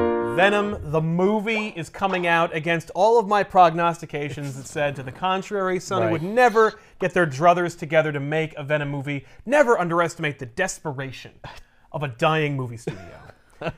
Venom the movie is coming out against all of my prognostications that said to the contrary, Sony Right. would never get their druthers together to make a Venom movie. Never underestimate the desperation of a dying movie studio.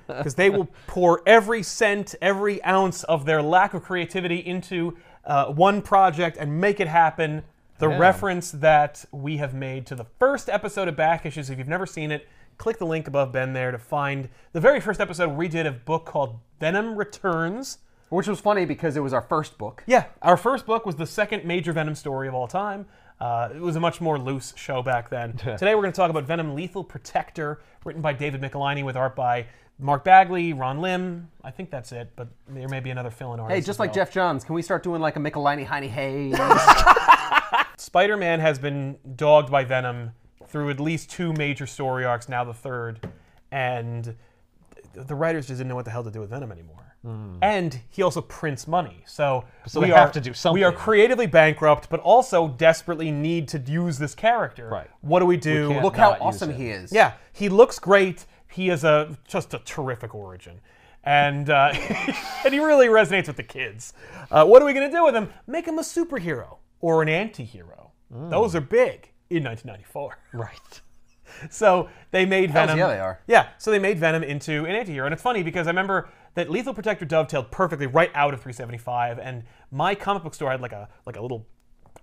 Because they will pour every cent, every ounce of their lack of creativity into uh, one project and make it happen. The reference that we have made to the first episode of Back Issues, if you've never seen it, click the link above Ben there to find the very first episode we did of a book called Venom Returns. Which was funny because it was our first book. Yeah, our first book was the second major Venom story of all time. Uh, it was a much more loose show back then. Today we're going to talk about Venom Lethal Protector, written by David Michelini with art by Mark Bagley, Ron Lim. I think that's it, but there may be another fill in artist. Hey, just as like well. Jeff Johns, can we start doing like a Michelini Heiny Hey? Spider Man has been dogged by Venom through at least two major story arcs, now the third, and th- the writers just didn't know what the hell to do with Venom anymore. And he also prints money, so, Hmm. So they have to do We are something. creatively bankrupt, but also desperately need to use this character. Right. What do we do? can't Look Look how Not use awesome it. he is. yeah, he looks great. He is a just a terrific origin, and uh, and he really resonates with the kids. Uh, what are we gonna do with him? Make him a superhero or an anti-hero. Those are big in 1994. Right. So they made Hells Venom. yeah, they are. Yeah, so they made Venom into an anti-hero. And it's funny because I remember that Lethal Protector dovetailed perfectly right out of 375 and my comic book store had like a like a little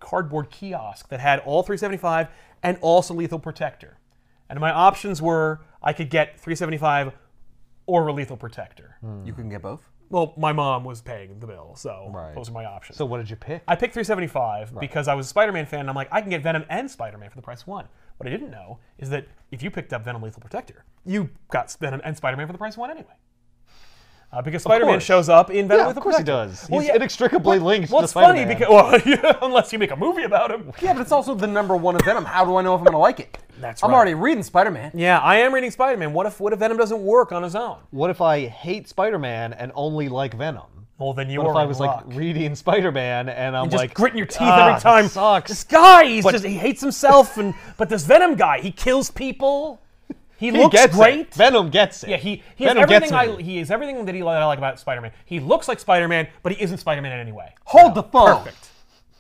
cardboard kiosk that had all 375 and also Lethal Protector. And my options were I could get 375 or a Lethal Protector. You can get both. Well, my mom was paying the bill, so Right. those are my options. So what did you pick? I picked 375 because I was a Spider-Man fan, and I'm like, I can get Venom and Spider-Man for the price of one. What I didn't know is that if you picked up Venom Lethal Protector, you got Venom and Spider-Man for the price of one anyway. Uh, because Spider-Man course. shows up in Venom Yeah, Lethal of course he Protector. does. He's inextricably linked Well, to it's funny Spider-Man. because well, yeah, unless you make a movie about him. Yeah, but it's also the number one of Venom. How do I know if I'm gonna like it? That's I'm right. already reading Spider Man. Yeah, I am reading Spider-Man. What if what if Venom doesn't work on his own? What if I hate Spider-Man and only like Venom? Well, then you What are if I in was luck. like reading Spider-Man and I'm just like gritting your teeth "Ah, every time. This sucks. This guy, he's just he hates himself, and but this Venom guy, he kills people. He, he looks gets it. great. Venom gets it. Yeah, he, he has Venom everything gets I me. he is everything that, he, that I like about Spider-Man. He looks like Spider-Man, but he isn't Spider-Man in any way. Hold the phone. Perfect.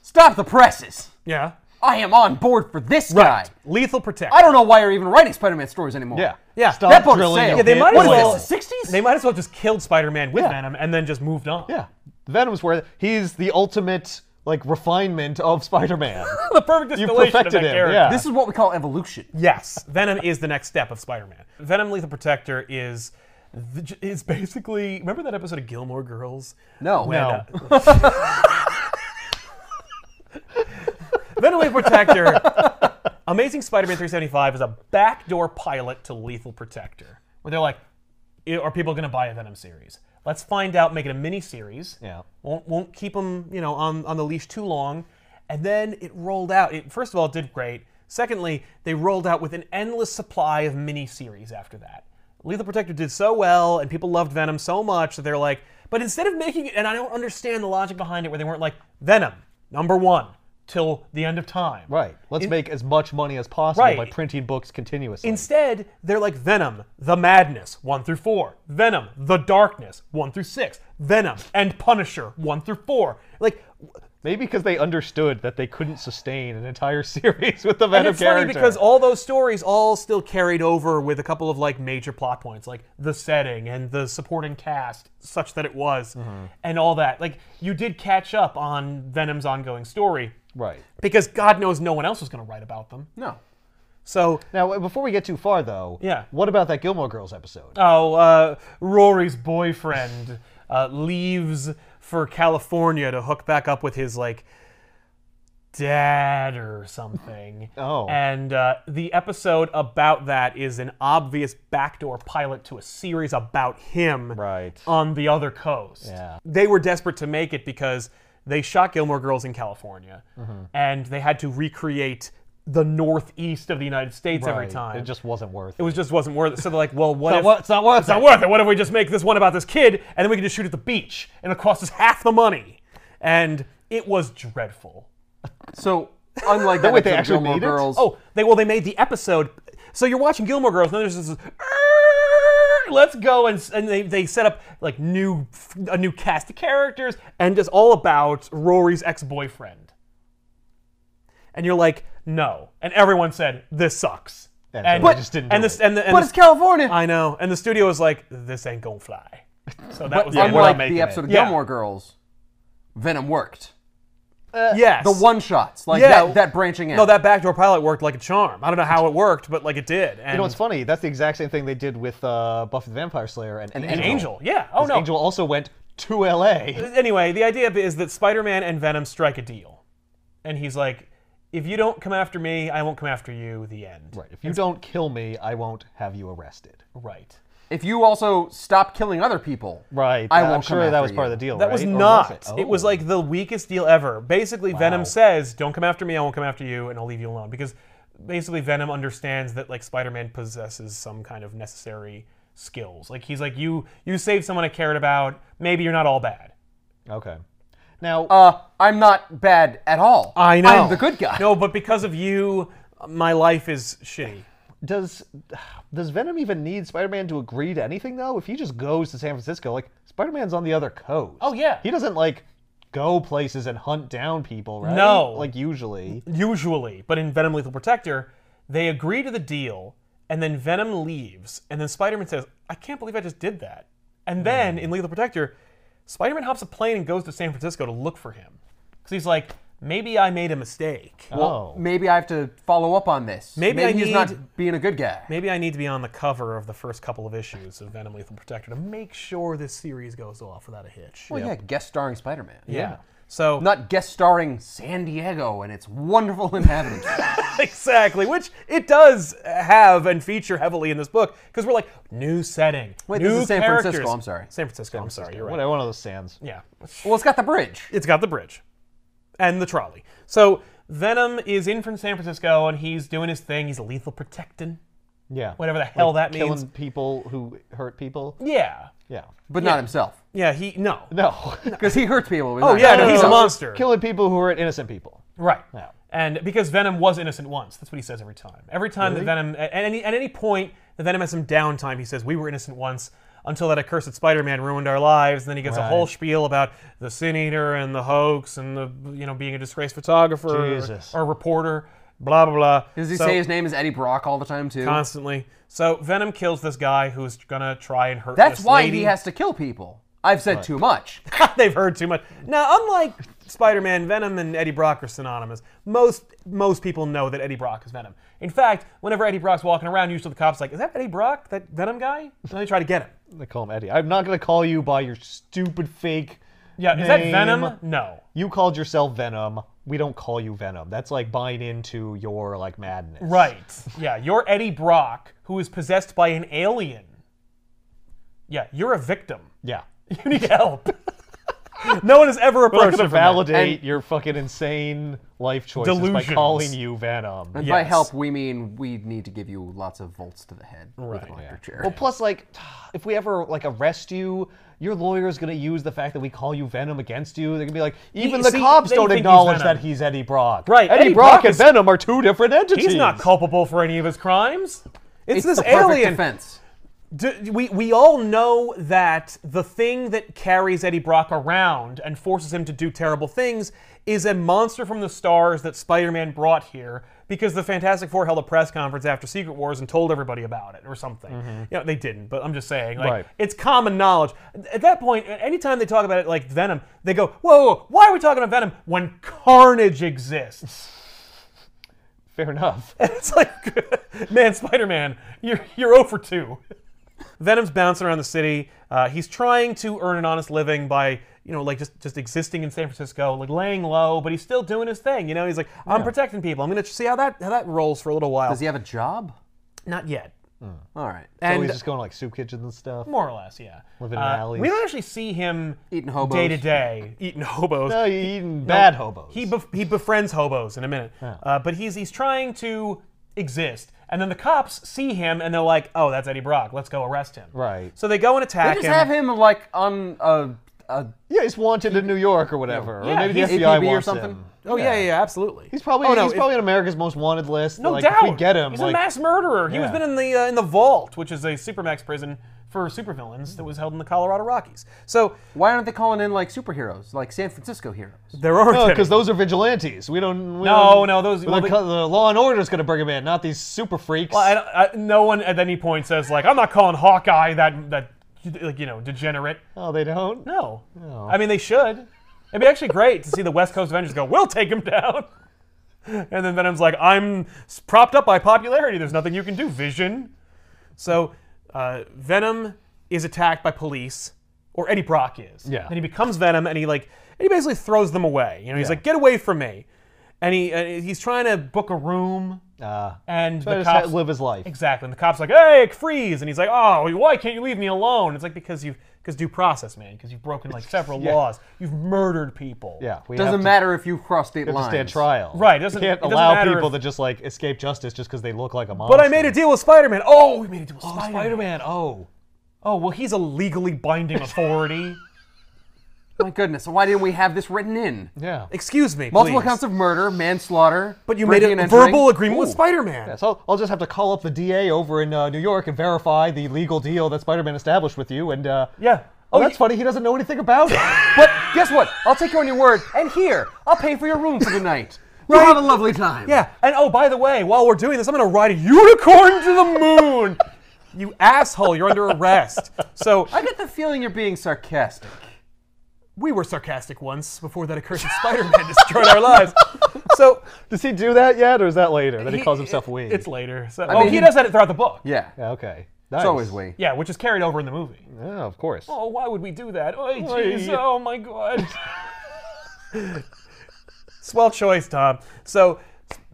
Stop the presses. Yeah. I am on board for this guy. Lethal Protect. I don't know why you're even writing Spider Man stories anymore. Yeah. Yeah, Stop that book drilling. sailed. your Yeah, they hit might as What is point. well, this, the 60s? They might as well just killed Spider-Man with Yeah. Venom and then just moved on. Yeah. Venom's where he's the ultimate like refinement of Spider-Man. the perfect distillation of that perfected him, character. yeah. This is what we call evolution. Yes, Venom is the next step of Spider-Man. Venom Lethal Protector is the, is basically remember that episode of Gilmore Girls No. No. Venomwave Protector. Amazing Spider-Man 375 is a backdoor pilot to Lethal Protector, where they're like, "I- "Are people going to buy a Venom series? Let's find out. Make it a mini series. Yeah. Won't won't keep them, you know, on on the leash too long." And then it rolled out. It first of all it did great. Secondly, they rolled out with an endless supply of mini series after that. Lethal Protector did so well, and people loved Venom so much that they're like, but instead of making it, and I don't understand the logic behind it, where they weren't like Venom number one till the end of time. Right. Let's make as much money as possible Right. by printing books continuously. Instead, they're like Venom, the Madness, 1 through 4, Venom, the Darkness, 1 through 6, Venom, and Punisher, 1 through 4. Like, Maybe because they understood that they couldn't sustain an entire series with the and Venom it's funny character. because all those stories all still carried over with a couple of like major plot points, like the setting and the supporting cast, such that it was, and all that. Like, you did catch up on Venom's ongoing story right. because God knows no one else was going to write about them. No. So, Now, before we get too far, though, Yeah. what about that Gilmore Girls episode? Oh, uh, Rory's boyfriend uh, leaves for California to hook back up with his like dad or something. Oh. and uh, the episode about that is an obvious backdoor pilot to a series about him Right. on the other coast. Yeah. They were desperate to make it because they shot Gilmore Girls in California, Mm-hmm. and they had to recreate the northeast of the United States every Right. time It just wasn't worth it was just wasn't worth it. So they're like, well, what not if wor- it's not worth it's not it. worth it. What if we just make this one about this kid and then we can just shoot at the beach and it'll cost us half the money? And it was dreadful. So, unlike that, wait, they episode of actually Gilmore made it? Girls. Oh, they well they made the episode. So you're watching Gilmore Girls, and then there's this let's go and, s- and they, they set up like new a new cast of characters and it's all about Rory's ex-boyfriend. And you're like, no. And everyone said, this sucks. And so they But- just didn't and do this and the, and But the- it's California. I know. And the studio was like, this ain't gonna fly. So that was the end of Unlike making the episode it. of Yeah. Gilmore Girls, Venom worked. Yes. The one shots, like Yeah. that, that branching out. No, that backdoor pilot worked like a charm. I don't know how it worked, but like it did. And You know what's funny? That's the exact same thing they did with uh, Buffy the Vampire Slayer and, an Angel. Yeah. Oh 'Cause no. Angel also went to LA. Anyway, the idea is that Spider-Man and Venom strike a deal, and he's like, "If you don't come after me, I won't come after you." The end. Right. If you don't kill me, I won't have you arrested. Right. if you also stop killing other people, Right. I I'm won't sure come that after was part of the you. deal. That was right? Or not. it? it? Oh. was like the weakest deal ever. Basically, Venom says, "Don't come after me. I won't come after you, and I'll leave you alone." Because basically, Venom understands that like Spider-Man possesses some kind of necessary skills. Like he's like, "You you saved someone I cared about. Maybe you're not all bad." Okay. Now, Uh, I'm not bad at all. I know. I'm the good guy. No, but because of you, my life is shitty. does does Venom even need Spider-Man to agree to anything though? If he just goes to San Francisco, like Spider-Man's on the other coast. Oh, yeah. He doesn't like go places and hunt down people, right? No. Like usually. usually, but in Venom Lethal Protector, they agree to the deal, and then Venom leaves, and then Spider Man says, I can't believe I just did that. Hmm. And then in Lethal Protector, Spider Man hops a plane and goes to San Francisco to look for him. Because he's like, maybe I made a mistake. Well, Maybe I have to follow up on this. Maybe I he's need- not being a good guy. Maybe I need to be on the cover of the first couple of issues of Venom Lethal Protector to make sure this series goes off without a hitch. Well, yeah, guest starring Spider-Man. yeah. So Not guest starring San Diego and its wonderful inhabitants. exactly, which it does have and feature heavily in this book because we're like new setting, Wait, new this is San characters. Francisco, I'm sorry. San Francisco. I'm sorry. You're right. What one of those sands. Yeah, well, it's got the bridge. it's got the bridge and the trolley. So Venom is in from San Francisco and he's doing his thing. He's a lethal protectant, Yeah. whatever the hell that Killing means. people who hurt people. Yeah, Yeah. But not himself. yeah. He no. No. Because he hurts people. Oh yeah, no, he's a monster. Killing people who hurt innocent people. Right. Yeah. And because Venom was innocent once, that's what he says every time. Every time that Venom, at any, at any point that Venom has some downtime, he says, We were innocent once until that accursed Spider Man ruined our lives. And then he gets a whole spiel about the Sin Eater and the hoax and the, you know, being a disgraced photographer or- Jesus. Or, reporter, blah, blah, blah. Does he say his name is Eddie Brock all the time too? Constantly. So Venom kills this guy who's gonna try and hurt. That's this why lady. he has to kill people. I've said too much. They've heard too much. Now, unlike Spider-Man, Venom and Eddie Brock are synonymous. Most most people know that Eddie Brock is Venom. In fact, whenever Eddie Brock's walking around, usually the cops like, "Is that Eddie Brock, that Venom guy?" And they try to get him. They call him Eddie. I'm not gonna call you by your stupid fake. Yeah, is that name. Venom? No. You called yourself Venom. We don't call you Venom. That's like buying into your like madness. Right. Yeah, you're Eddie Brock, who is possessed by an alien. Yeah, you're a victim. Yeah. You need help. no one has ever We're approached gonna him from that. validate your fucking insane life choices Delusions. by calling you Venom. And By Yes. help, we mean we need to give you lots of volts to the head with an electric chair. Well, plus, like, if we ever like arrest you, your lawyer's gonna use the fact that we call you Venom against you. They're gonna be like, even the see, cops they don't think he's acknowledge Venom. that he's Eddie Brock. Right, Eddie, Eddie Brock, Brock and is- Venom are two different entities. He's not culpable for any of his crimes. It's, it's this the perfect alien. defense. D we, we all know that the thing that carries Eddie Brock around and forces him to do terrible things is a monster from the stars that Spider Man brought here because the Fantastic Four held a press conference after Secret Wars and told everybody about it or something. You know, they didn't, but I'm just saying. Like, Right. It's common knowledge. At that point, a- anytime they talk about it like Venom, they go, whoa, whoa, whoa, why are we talking about Venom when Carnage exists? Fair enough. It's like, man, Spider Man, you're, you're 0 for 2. Venom's bouncing around the city. Uh, he's trying to earn an honest living by, you know, like just, just existing in San Francisco, like laying low, but he's still doing his thing. You know, he's like, I'm protecting people. I'm going to see how that how that rolls for a little while. Does he have a job? Not yet. All right. so And he's just going to, like soup kitchens and stuff. more or less, yeah. Uh, Living in alleys. We don't actually see him Eating hobos. day to day, eating hobos. No, you're Uh, eating bad hobos. He bef- he befriends hobos in a minute, uh, but he's he's trying to exist. And then the cops see him and they're like, "Oh, that's Eddie Brock. Let's go arrest him." Right. So they go and attack They just him. have him like on a, a yeah, he's wanted in New York or whatever, or Yeah, maybe the he's FBI APB or wants something. him. oh yeah, yeah, yeah, absolutely. He's probably Oh, no, he's it- probably on America's most wanted list. no like, doubt. If we get him, He's like, a mass murderer. He was Yeah. been in the uh, in the vault, which is a supermax prison for for supervillains that was held in the Colorado Rockies. So Why aren't they calling in like superheroes, like San Francisco heroes? there are No, no, because those are vigilantes. We don't. We No, don't- no, those- The, well, they- co- the Law and Order's going to bring them in, not these super freaks. I, don't- I, no one at any point says like I'm not calling Hawkeye that that like you know degenerate. oh, they don't. No, I mean they should. It'd be actually great to see the West Coast Avengers go. We'll take him down. And then Venom's like, I'm s- propped up by popularity. There's nothing you can do, Vision. So uh, Venom is attacked by police, or Eddie Brock is. Yeah. And he becomes Venom, and he like, and he basically throws them away. You know, he's Yeah. like, get away from me. And he uh, he's trying to book a room, Uh, and try the to cops live his life. Exactly. And the cop's like, hey, freeze. And he's like, oh, why can't you leave me alone? It's like, because you've, because due process, man, because you've broken like several Yeah. laws. You've murdered people. Yeah, we have Doesn't to- matter if you cross state have to lines. stand trial. Right, doesn't- you it can't doesn't allow matter people if- to just like escape justice just because they look like a monster. But I made a deal with Spider Man. Oh, we made a deal with Spider Man. Spider Man. Oh, Oh, well, he's a legally binding authority. My goodness, why didn't we have this written in? yeah. Excuse me. Multiple please. counts of murder, manslaughter. But you made breaking a and entering. verbal agreement with Ooh. Spider Man. So I'll, I'll just have to call up the DA over in uh, New York and verify the legal deal that Spider Man established with you. And uh, Yeah. Oh, that's funny. He doesn't know anything about it. But guess what? I'll take you on your word, and here, I'll pay for your room for the night. You'll have a lovely time. Yeah. And oh, by the way, while we're doing this, I'm going to ride a unicorn to the moon. you asshole. You're under arrest. So I get the feeling you're being sarcastic. we were sarcastic once before that accursed Spider Man destroyed our lives. So Does he do that yet, or is that later? That he, calls himself we. It's later. So, oh, mean- he does that throughout the book. Yeah. Yeah, okay. Nice. It's always we. Yeah, which is carried over in the movie. Yeah, of course. Oh, why would we do that? Oh, jeez. jeez. Oh, my God. Swell choice, Tom. So,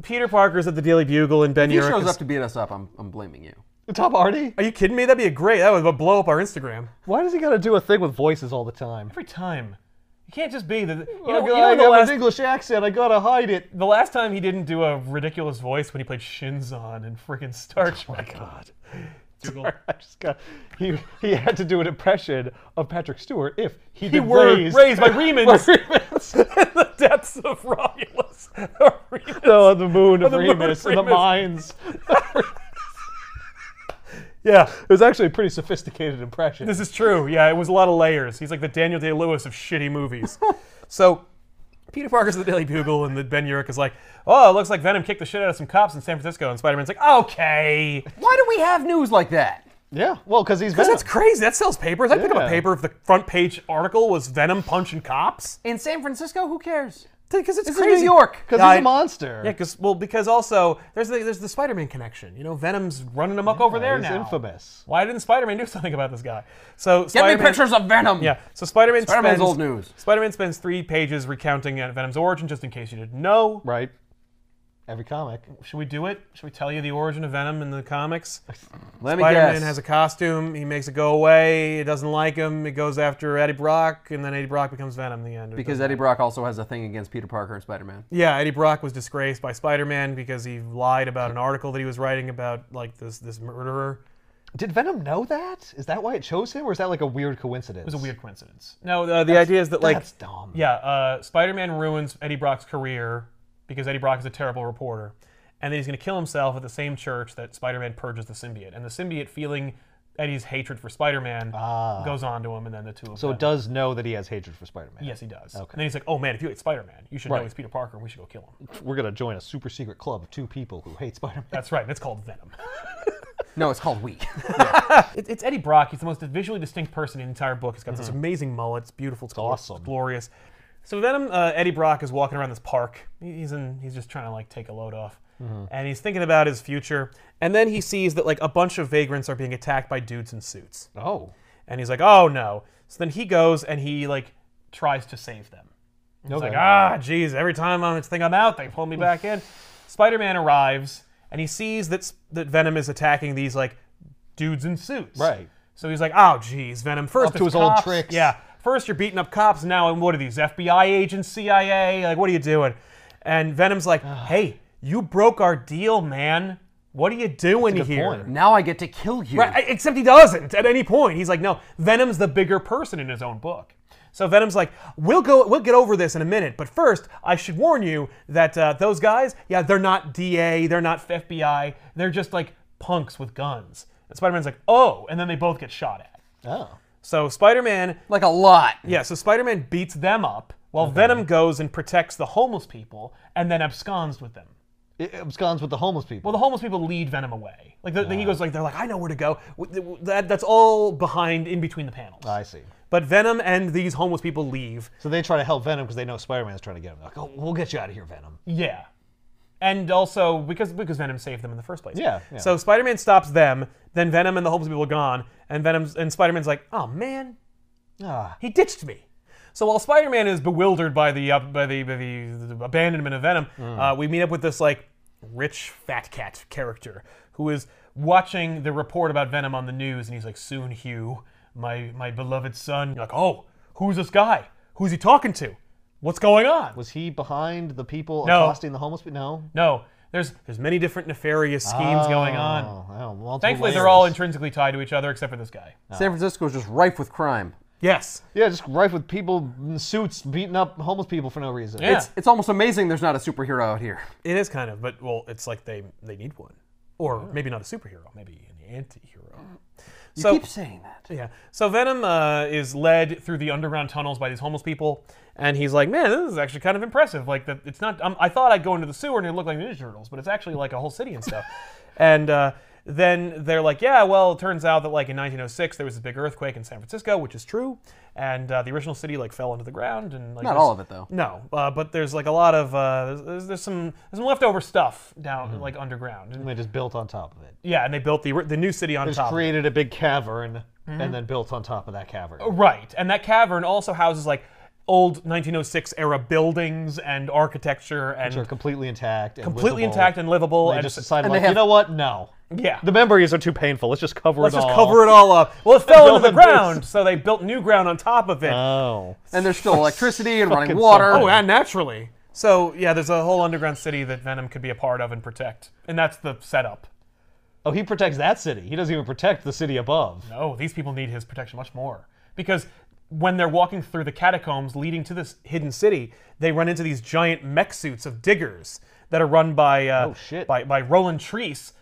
Peter Parker's at the Daily Bugle, and Ben He Urich shows is- up to beat us up. I'm, I'm blaming you. Tom Hardy. Are you kidding me? That'd be a great. That would blow up our Instagram Why does he got to do a thing with voices all the time? every time. You can't just be the. You know, Oh, you God, know I the have last an English accent. I gotta hide it. The last time he didn't do a ridiculous voice when he played Shinzon in freaking Star Trek. God. Google. I just got. He he had to do an impression of Patrick Stewart if he, He were raised, by Remans in the depths of Romulus. Remus. No, on Oh, the moon of the moon Remus, of in the Remus. mines. Yeah, It was actually a pretty sophisticated impression. this is true. Yeah, it was a lot of layers. He's like the Daniel Day Lewis of shitty movies. so, Peter Parker's the Daily Bugle, and the Ben Urich is like, "Oh, it looks like Venom kicked the shit out of some cops in San Francisco." And Spider-Man's like, "Okay, Why do we have news like that? yeah, well, because he's Venom. that's crazy. That sells papers. I'd pick up a Yeah. paper if the front page article was Venom punching cops In San Francisco, who cares? because it's This crazy. is New York. Because Yeah, he's I- a monster. Yeah, because well, because also there's the there's the Spider-Man connection. You know, Venom's running amok over there he's now. infamous. Why didn't Spider-Man do something about this guy? So Get me Spider-Man, pictures of Venom. Yeah, so Spider-Man. Spider-Man's spends, old news. Spider-Man spends three pages recounting uh, Venom's origin, just in case you didn't know. Right. Every comic. Should we do it? Should we tell you the origin of Venom in the comics? Let me Spider-Man guess. has a costume. He makes it go away. It doesn't like him. It goes after Eddie Brock, and then Eddie Brock becomes Venom. In the end. It because Eddie Brock also has a thing against Peter Parker and Spider-Man. Yeah, Eddie Brock was disgraced by Spider-Man because he lied about an article that he was writing about like this this murderer. Did Venom know that? Is that why it chose him, or is that like a weird coincidence? It was a weird coincidence. No, uh, the idea is that like That's dumb. yeah, uh, Spider-Man ruins Eddie Brock's career because Eddie Brock is a terrible reporter, and then he's going to kill himself at the same church that Spider-Man purges the symbiote, and the symbiote feeling Eddie's hatred for Spider-Man goes on to him, and then the two of them. Ah. So it does know that he has hatred for Spider-Man. Yes, he does. Okay. And then he's like, "Oh man, if you hate Spider-Man, you should know he's Peter Parker, and we should go kill him." We're gonna join a super secret club of two people who hate Spider-Man. That's right. And it's called Venom. No, it's called We. It- it's Eddie Brock. He's the most visually distinct person in the entire book. He's got this amazing mullet. It's beautiful. It's, glor- awesome. It's glorious. So Venom, uh, Eddie Brock is walking around this park. He- He's in. He's just trying to like take a load off, and he's thinking about his future. And then he sees that like a bunch of vagrants are being attacked by dudes in suits, Oh. and he's like, "Oh no!" So then he goes and he like tries to save them. He's Okay. like, "Ah, geez, every time I think I'm out, they pull me back in." Spider-Man arrives and he sees that s- that Venom is attacking these like dudes in suits. Right. So he's like, oh, geez, Venom. First Up to it's his old cops. tricks. Yeah. First you're beating up cops. Now, and what are these FBI agents, CIA? Like, what are you doing? And Venom's like, Ah. hey, you broke our deal, man. What are you doing good here? point. now I get to kill you. Right, Except he doesn't at any point. He's like, no, Venom's the bigger person in his own book. So Venom's like, we'll go, we'll get over this in a minute. But first, I should warn you that uh, those guys, yeah, they're not DA, they're not FBI, they're just like punks with guns. And Spider Man's like, oh, and then they both get shot at. Oh. So Spider Man, Like a lot. yeah, so Spider Man beats them up while Venom goes and protects the homeless people and then absconds with them. It absconds with the homeless people. Well, the homeless people lead Venom away. Like the, he goes like they're like I know where to go. W- th- w- That that's all behind in between the panels. I see. But Venom and these homeless people leave. So they try to help Venom because they know Spider Man's trying to get him. They're like, oh, we'll get you out of here, Venom. Yeah. And also because because Venom saved them in the first place. Yeah, yeah. So Spider-Man stops them. Then Venom and the homeless people are gone. And Venom's and Spider-Man's like, oh man, Ah. he ditched me. So while Spider-Man is bewildered by the uh, by the, by the, the abandonment of Venom, Mm. uh, we meet up with this like rich fat cat character who is watching the report about Venom on the news, and he's like, "Soon, Hugh, my my beloved son." You're like, "Oh, who's this guy? Who's he talking to? What's going on?" Was he behind the people No. accosting the homeless people? No. No, there's there's many different nefarious schemes going on. Oh, oh, multiple Thankfully, they're layers. all intrinsically tied to each other, except for this guy. San Francisco is just rife with crime. Yes. Yeah, just rife with people in suits beating up homeless people for no reason. Yeah. It's almost amazing there's not a superhero out here. It is kind of, but well, it's like they they need one, or maybe not a superhero, maybe an anti-hero. Oh. You So keep saying that. yeah, so Venom uh, is led through the underground tunnels by these homeless people, and he's like, "Man, this is actually kind of impressive. Like that, it's not. Um, I thought I'd go into the sewer and it looked like Ninja Turtles, but it's actually like a whole city and stuff." and uh, then they're like, "Yeah, well, it turns out that like in 1906 there was this big earthquake in San Francisco, which is true, and uh, the original city like fell into the ground and like Not there's- all of it though. no, uh, but there's like a lot of uh, there's, there's some there's some leftover stuff down Mm-hmm. like underground. And, And they just built on top of it. yeah, and they built the the new city on Just top. of it. created a big cavern and then built on top of that cavern. Right, and that cavern also houses like old 1906 era buildings and architecture and Which are completely intact. And completely livable. intact and livable. They and just decided, And like, they have- you know what? No. yeah, The memories are too painful. Let's just cover let's it all. just cover it all up. Well, it fell into the Build a base. ground, so they built new ground on top of it. Oh. And there's still electricity and running Fucking water. Oh, and naturally. So yeah, there's a whole underground city that Venom could be a part of and protect, and that's the setup. Oh, he protects that city. He doesn't even protect the city above. Oh, these people need his protection much more. Because when they're walking through the catacombs leading to this hidden city, they run into these giant mech suits of diggers that are run by uh, Oh, shit. by by Roland Treese.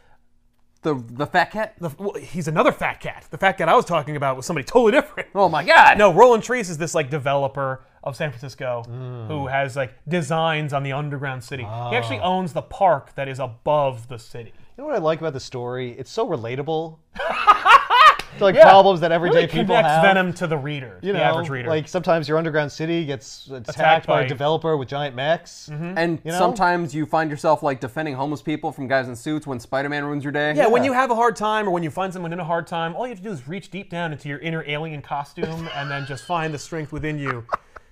the the fat cat. The, well, he's another fat cat. The fat cat I was talking about was somebody totally different. Oh my god. No, Roland Treese is this like developer of San Francisco Hmm. who has like designs on the underground city. Ah. He actually owns the park that is above the city. You know what I like about the story? It's so relatable. to, like problems that everyday Really people connects have. Venom to the reader, You the know, average reader. Like sometimes your underground city gets attacked, Attacked by- by, a developer with giant mechs. And know? sometimes you find yourself like defending homeless people from guys in suits when Spider-Man ruins your day. Yeah, when you have a hard time or when you find someone in a hard time, all you have to do is reach deep down into your inner alien costume and then just find the strength within you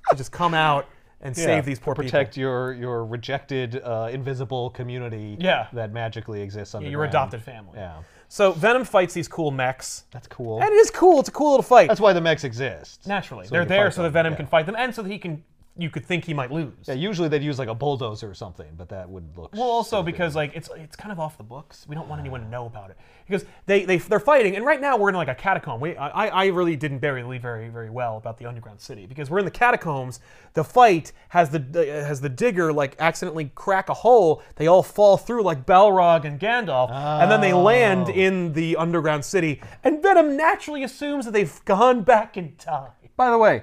to just come out and Yeah, save these poor to protect your your rejected uh, invisible community Yeah. that magically exists under people. Your adopted family. Yeah. So Venom fights these cool mechs. That's cool. And it is cool. It's a cool little fight. That's why the mechs exist. Naturally. So They're you can there fight so that them, Venom yeah. can fight them and so that he can you could think he might lose. Yeah, usually they'd use like a bulldozer or something, but that would look Well, also because like it's it's kind of off the books. We don't want anyone to know about it because they they they're fighting, and right now we're in like a catacomb. We I I really didn't bury the lead very very well about the underground city because we're in the catacombs. The fight has the uh, has the digger like accidentally crack a hole. They all fall through like Balrog and Gandalf, and then they land in the underground city. And Venom naturally assumes that they've gone back in time. By the way,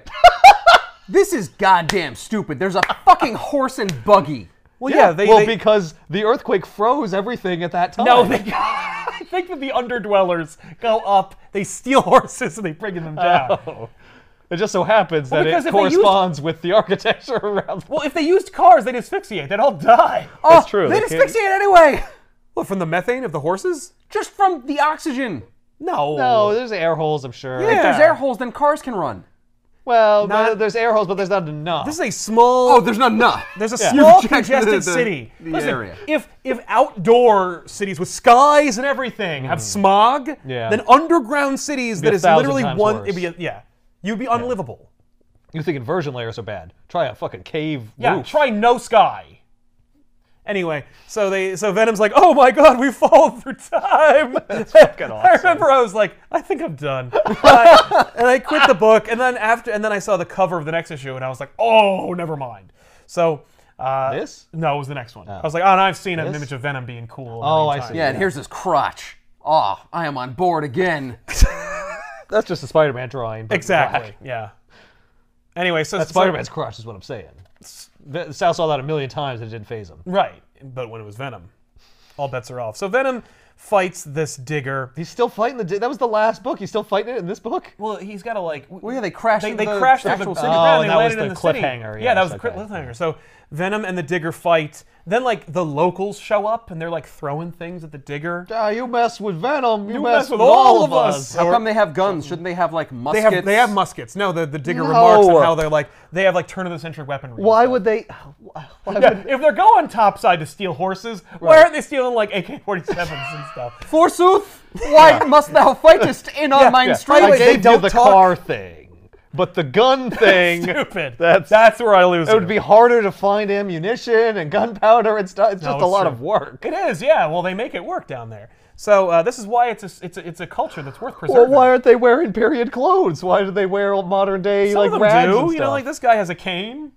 this is goddamn stupid. There's a fucking horse and buggy. Well, yeah, they, well they because the earthquake froze everything at that time. No, they, I think that the underdwellers go up, they steal horses, and they bring them down. it just so happens that because it if they used- corresponds with the architecture around. Well, if they used cars, they'd asphyxiate. They'd all die. That's true, Oh, They they would can't- asphyxiate anyway, Oh. What, from the methane of the horses? just from the oxygen. No. No, there's air holes, I'm sure. If there's Yeah. air holes, then cars can run. Well, Not- th- there's air holes, but there's not enough. This is a small. Oh, there's not enough. there's a small You've checked congested the- the- city. the Listen, area. if if outdoor cities with skies and everything have smog, Yeah. then underground cities that a is thousand literally times one. worse. It'd be a, yeah, you'd be unlivable. you think inversion layers are bad? Try a fucking cave Yeah, roof. try no sky. Anyway, so they so Venom's like, oh my god, we fall through time. That's fucking I awesome. remember I was like, I think I'm done, and, I, and I quit the book. And then after, and then I saw the cover of the next issue, and I was like, oh, never mind. So uh, This? No, it was the next one. I was like, oh, and I've seen an This? image of Venom being cool. a Oh, million I see. times. Yeah, and here's this crotch. Ah, I am on board again. That's just a Spider-Man drawing. but Exactly. black. Yeah. Anyway, so so- Spider-Man's crush is what I'm saying. The- Sal saw that a million times and it didn't phase him. Right, but when it was Venom, all bets are off. So Venom fights this digger. He's still fighting the. di- That was the last book. He's still fighting it in this book. Well, he's got to like. Well, yeah, they crashed They, into they the crashed into the actual into city. the Oh, ground and that they was landed in the the city. cliffhanger, Yeah, that yes, was the cri- okay. cliffhanger. So Venom and the digger fight. Then like the locals show up and they're like throwing things at the digger. Ah, you mess with Venom, you, mess with all of us. How come they have guns? Shouldn't they have like They muskets? have they have muskets. No, the, the digger remarks on No. how they're like they have like turn of the century weaponry. and Why stuff. would they? Why would, Yeah, if they're going topside to steal horses, why aren't they stealing like AK-47s and stuff? Forsooth, why must thou fightest in on mine straight? I They gave you don't the talk. car thing, but the gun thing. Stupid. That's- that's where I lose. It would you. be harder to find ammunition and gunpowder and stuff. It's just a it's lot true. of work. It is, yeah. Well, they make it work down there. So uh, this is why it's a, it's a, it's a culture that's worth Well, preserving. why aren't they wearing period clothes? Why do they wear old modern day Some like of them rags do. and You know, stuff? like this guy has a cane.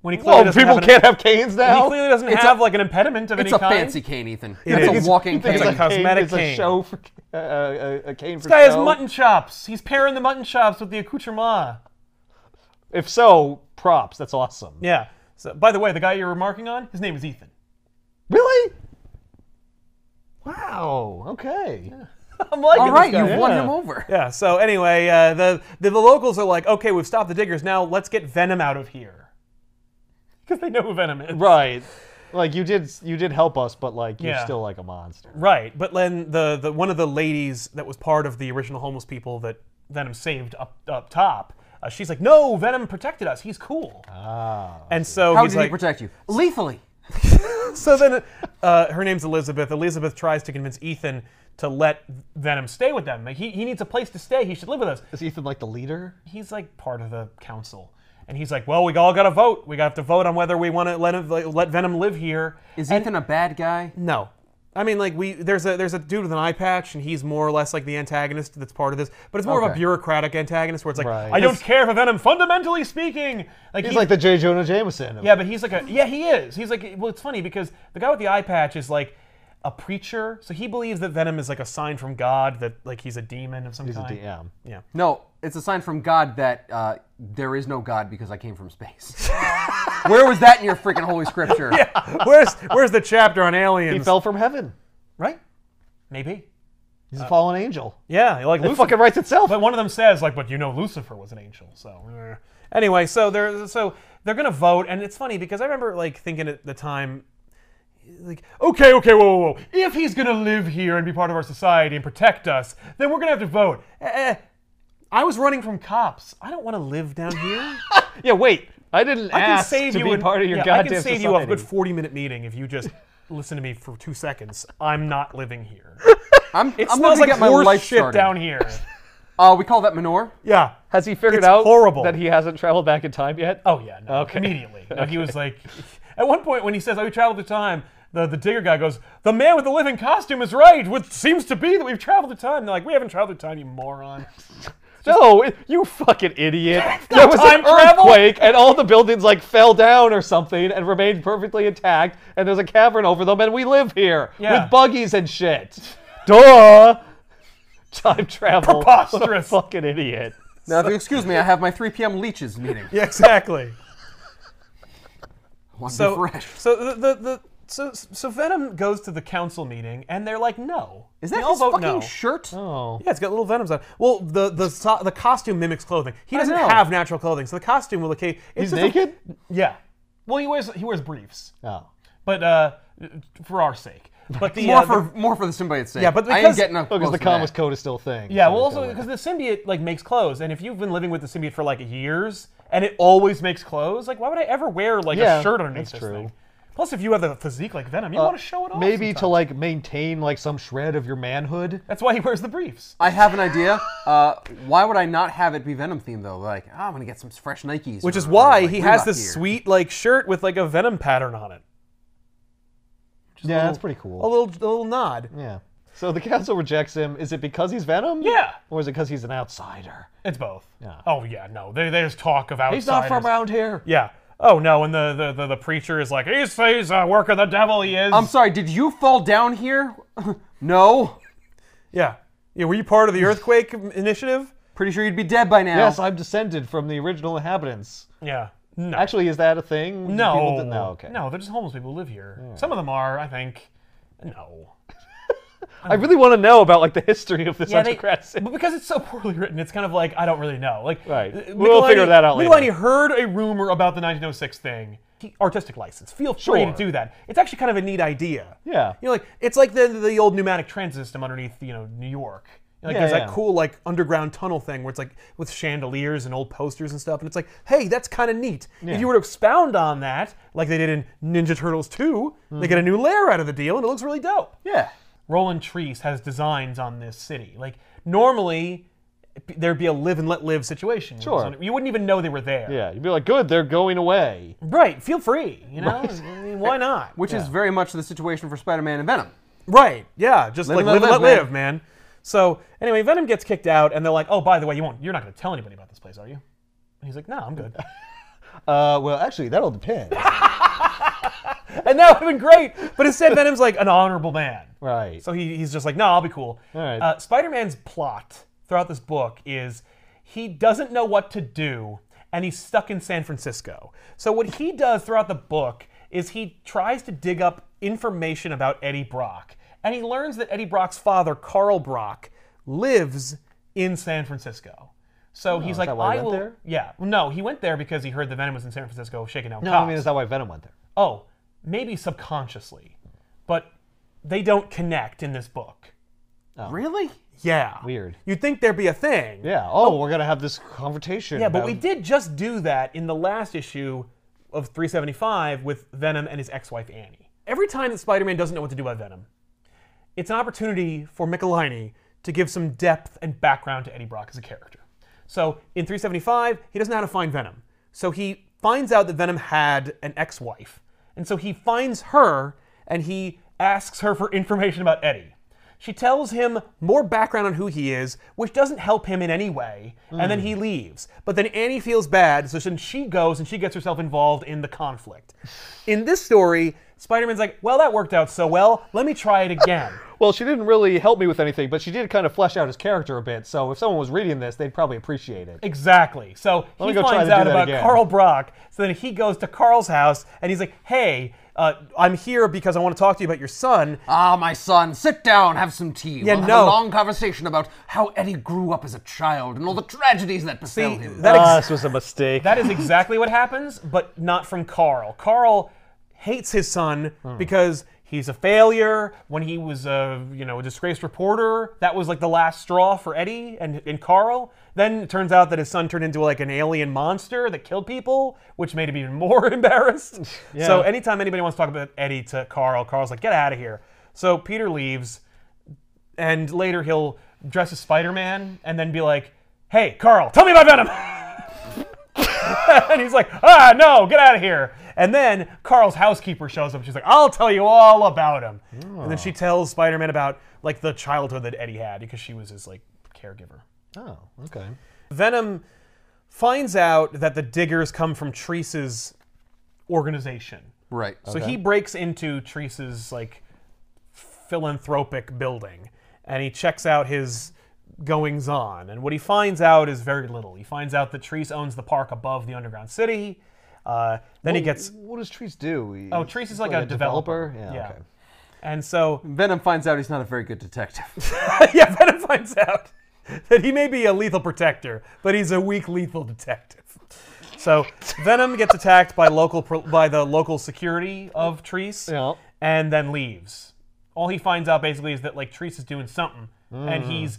When he clearly Well, doesn't people have an- can't have canes he now. clearly doesn't It's have a- like an impediment of It's any a kind. fancy cane, Ethan. is. It's It's- a walking It's It's cane. a cosmetic It's a cane. show for uh, uh, a cane for This guy has show. mutton chops. He's pairing the mutton chops with the accoutrement. If so, props. That's awesome. Yeah. So, by the way, the guy you're remarking on, his name is Ethan. Really? Wow. Okay. I'm liking All right, this guy. you've won Yeah. him over. Yeah. So anyway, uh, the, the the locals are like, okay, we've stopped the diggers. Now let's get Venom out of here. Because they know who Venom is. Right. Like you did. You did help us, but like you're Yeah. still like a monster. Right, but then the, the one of the ladies that was part of the original homeless people that Venom saved up up top, uh, she's like, "No, Venom protected us. He's cool." Ah. and so How he's did like, he protect you? Lethally. so then uh, her name's Elizabeth. Elizabeth tries to convince Ethan to let Venom stay with them. Like, he he needs a place to stay. He should live with us. Is Ethan like the leader? He's like part of the council. And he's like, well, we all got to vote. We have to vote on whether we want to let him, let Venom live here. Is Ethan a bad guy? No. I mean, like we there's a there's a dude with an eye patch, and he's more or less like the antagonist that's part of this, but it's more of a Okay. bureaucratic antagonist where it's like, Right. I don't care for Venom. Fundamentally speaking, like He's like the J. Jonah Jameson. of- yeah, but he's like a yeah he is. He's like well, it's funny because the guy with the eye patch is like a preacher, so he believes that Venom is like a sign from God that like he's a demon of some He's a kind. DM. Yeah. No, it's a sign from God that uh, there is no God because I came from space. Where was that in your freaking holy scripture? where's where's the chapter on He aliens? fell from heaven. right? Maybe. He's a fallen angel. Uh, Yeah, like It Lucifer. fucking writes itself. But one of them says, like, but you know, Lucifer was an angel. So eh. anyway, so they're so they're gonna vote, and it's funny because I remember like thinking at the time, like, okay, okay, whoa, whoa, whoa. If he's gonna live here and be part of our society and protect us, then we're gonna have to vote. Eh, eh. I was running from cops. I don't want to live down here. yeah, wait. I didn't I can ask save to you be an- part of your yeah, goddamn I can save society. you a good forty-minute meeting if you just listen to me for two seconds. I'm not living here. I'm, It I'm smells looking like at my horse life shit started. down here. Uh, we call that manure. Yeah. Has he figured It's out horrible. that he hasn't traveled back in time yet? Oh yeah, no, immediately. No, He was like, at one point when he says, "Oh, we traveled through time," the the digger guy goes, "The man with the living costume is right. Which seems to be that we've traveled through time." And they're like, "We haven't traveled through time, you moron." No, it- you fucking idiot. There was time an travel. earthquake and all the buildings like fell down or something and remained perfectly intact and there's a cavern over them and we live here Yeah. with buggies and shit. Duh. Time travel. What a Preposterous. fucking idiot. Now, if you excuse me, I have my 3 p.m. leeches meeting. Yeah, exactly. I want to so, be fresh. so the, the the so so Venom goes to the council meeting, and they're like, "No." Is that They all his vote fucking no. shirt? Oh. Yeah, it's got little venoms on. it. Well, the the so- the costume mimics clothing. He doesn't know. have natural clothing, so the costume will okay. It's He's just a- naked? yeah. Well, he wears he wears briefs, Oh. but uh, for our sake. But the More uh, the- for more for the symbiote's sake. Yeah, but I ain't because- getting up Because close the to comics that. code is still a thing. Yeah, so well, go also with because the symbiote like makes clothes, and if you've been living with the symbiote for like years, and it always makes clothes, like why would I ever wear like Yeah, a shirt underneath that's this true. Uh, thing? Plus, if you have the physique like Venom, you want to show it off. Maybe to sometimes. like maintain like some shred of your manhood. that's why he wears the briefs. I have an idea. Uh, why would I not have it be Venom themed though? Like, ah, I'm gonna get some fresh Nikes. Which or- is why or, like, he has Reebok this gear. sweet like shirt with like a Venom pattern on it. Yeah, that's pretty cool. A little a little nod. Yeah. So the council rejects him. Is it because he's Venom? Yeah. Or is it because he's an outsider? It's both. Yeah. Oh yeah, no, there, there's talk of outsiders. He's not from around here. Yeah. Oh no, and the the, the, the preacher is like he's he's uh, work of the devil. He is. I'm sorry. Did you fall down here? no. Yeah. Yeah. Were you part of the earthquake initiative? Pretty sure you'd be dead by now. Yes, I'm descended from the original inhabitants. Yeah. No. Actually, is that a thing? no. People did- no, okay. No, they're just homeless people who live here. Some of them are, I think. No. I really want to know about like the history of this Yeah, they, underclass. but because it's so poorly written, it's kind of like I don't really know. Like, Right. uh, We'll Michelinie- figure that out later. Michelinie heard a rumor about the 1906 thing. He- artistic license. Feel free to Sure. do that. It's actually kind of a neat idea. Yeah. You know, like it's like the the old pneumatic transit system underneath, you know, New York. Like Yeah, there's that yeah. cool like underground tunnel thing where it's like with chandeliers and old posters and stuff, and it's like, hey, that's kind of neat. If you were to expound on that, like they did in Ninja Turtles 2, they get a new layer out of the deal, and it looks really dope. Yeah. Roland Treese has designs on this city. Like normally, there'd be a live and let live situation. Sure. You wouldn't even know they were there. Yeah, you'd be like, good, they're going away. Right. Feel free. You know, I mean, why not? Which is very much the situation for Spider-Man and Venom. Right. Yeah. Just Live like and live, let and let live, live, man. So anyway, Venom gets kicked out, and they're like, "Oh, by the way, you won't. You're not going to tell anybody about this place, are you?" And he's like, "No, I'm good." Uh, well, actually, that'll depend. and that would have been great, but instead, Venom's like an honorable man. right. So he, he's just like, "No, I'll be cool." All right. Uh, Spider-Man's plot throughout this book is he doesn't know what to do, and he's stuck in San Francisco. So what he does throughout the book is he tries to dig up information about Eddie Brock, and he learns that Eddie Brock's father, Carl Brock, lives in San Francisco. So he's like, Oh, that why he I went will. there? Yeah. Well, no, he went there because he heard the Venom was in San Francisco, shaking out no, cops I mean, is that why Venom went there? oh, maybe subconsciously, but they don't connect in this book. Really? Yeah. Weird. You'd think there'd be a thing. Yeah. Oh, we're gonna have this confrontation. Yeah, but we did just do that in the last issue of 375 with Venom and his ex-wife Annie. Every time that Spider-Man doesn't know what to do about Venom, it's an opportunity for Michelini to give some depth and background to Eddie Brock as a character. So in 375, he doesn't know how to find Venom. So he finds out that Venom had an ex-wife. And so he finds her and he asks her for information about Eddie. She tells him more background on who he is, which doesn't help him in any way, and then he leaves. But then Annie feels bad, so then she goes and she gets herself involved in the conflict. In this story, Spider-Man's like, "Well, that worked out so well. Let me try it again." Well, she didn't really help me with anything, but she did kind of flesh out his character a bit. So if someone was reading this, they'd probably appreciate it. Exactly. So he me go try finds to do out that about again. Carl Brock. So then he goes to Carl's house and he's like, "Hey, uh, I'm here because I want to talk to you about your son." Ah, my son, sit down, have some tea. Yeah, we'll no. have a long conversation about how Eddie grew up as a child and all the tragedies that befell See, him. that ex- Ah, this was a mistake. That is exactly what happens, but not from Carl. Carl hates his son because he's a failure. When he was a you know a disgraced reporter, that was like the last straw for Eddie and, and Carl. Then it turns out that his son turned into like an alien monster that killed people, which made him even more embarrassed. So anytime anybody wants to talk about Eddie to Carl, Carl's like, get out of here. So Peter leaves and later he'll dress as Spider-Man and then be like, "Hey, Carl, tell me about Venom." and he's like, "Ah, no, get out of here." And then Carl's housekeeper shows up. She's like, "I'll tell you all about him." And then she tells Spider-Man about like the childhood that Eddie had because she was his like caregiver. oh, okay. Venom finds out that the Diggers come from Treese's organization. right. So he breaks into Treese's like philanthropic building and he checks out his goings on. And what he finds out is very little. He finds out that Treese owns the park above the underground city. Uh, then he gets What does Trees do? He- oh, Treese is like, a, developer. developer? Yeah, okay. And so Venom finds out he's not a very good detective. yeah, Venom finds out that he may be a lethal protector, but he's a weak lethal detective. So Venom gets attacked by local pro- by the local security of Treese, Yeah. and then leaves. All he finds out basically is that like Treese is doing something, Mm. and he's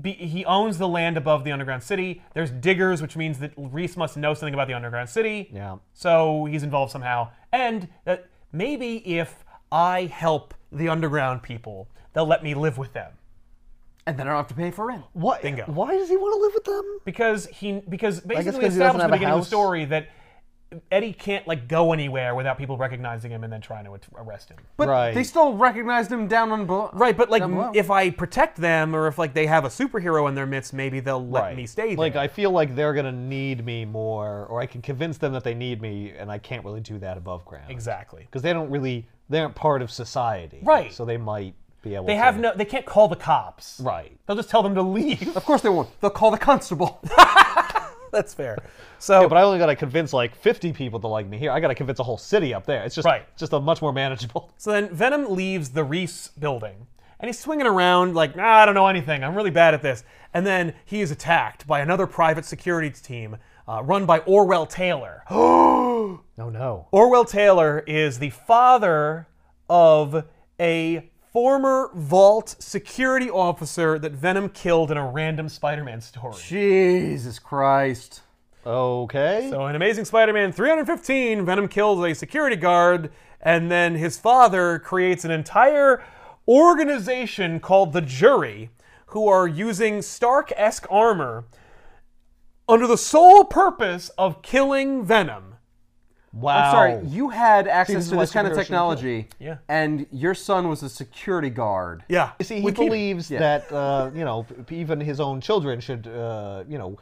be, he owns the land above the underground city. There's diggers, which means that Reese must know something about the underground city. Yeah. So he's involved somehow. And that maybe if I help the underground people, they'll let me live with them. and then I don't have to pay for rent. What? Bingo. Why does he want to live with them? because he because guess basically 'cause he doesn't established at have the a beginning of the house. story that Eddie can't like go anywhere without people recognizing him and then trying to at- arrest him. But Right. they still recognized him down on below. Right, but like Down below. if I protect them or if like they have a superhero in their midst, maybe they'll let Right. me stay there. Like I feel like they're gonna need me more, or I can convince them that they need me, and I can't really do that above ground. exactly. Because they don't really, they aren't part of society. Right. So they might. Be able they to- have no. They can't call the cops. Right. They'll just tell them to leave. Of course they won't. They'll call the constable. That's fair. So, Yeah, but I only got to convince like 50 people to like me here. I got to convince a whole city up there. It's just Right. just a much more manageable. so then Venom leaves the Reese building, and he's swinging around like, nah, I don't know anything. I'm really bad at this. And then he is attacked by another private security team uh, run by Orwell Taylor. No, Oh, no. Orwell Taylor is the father of a former Vault security officer that Venom killed in a random Spider-Man story. Jesus Christ. Okay. So in Amazing Spider-Man 315, Venom kills a security guard, and then his father creates an entire organization called the Jury, who are using Stark-esque armor under the sole purpose of killing Venom. wow. I'm sorry, you had this access is to why this kind superheroes of should be technology, Yeah. and your son was a security guard. Yeah. You see, he We keep- believes that uh, you know p- even his own children should uh, you know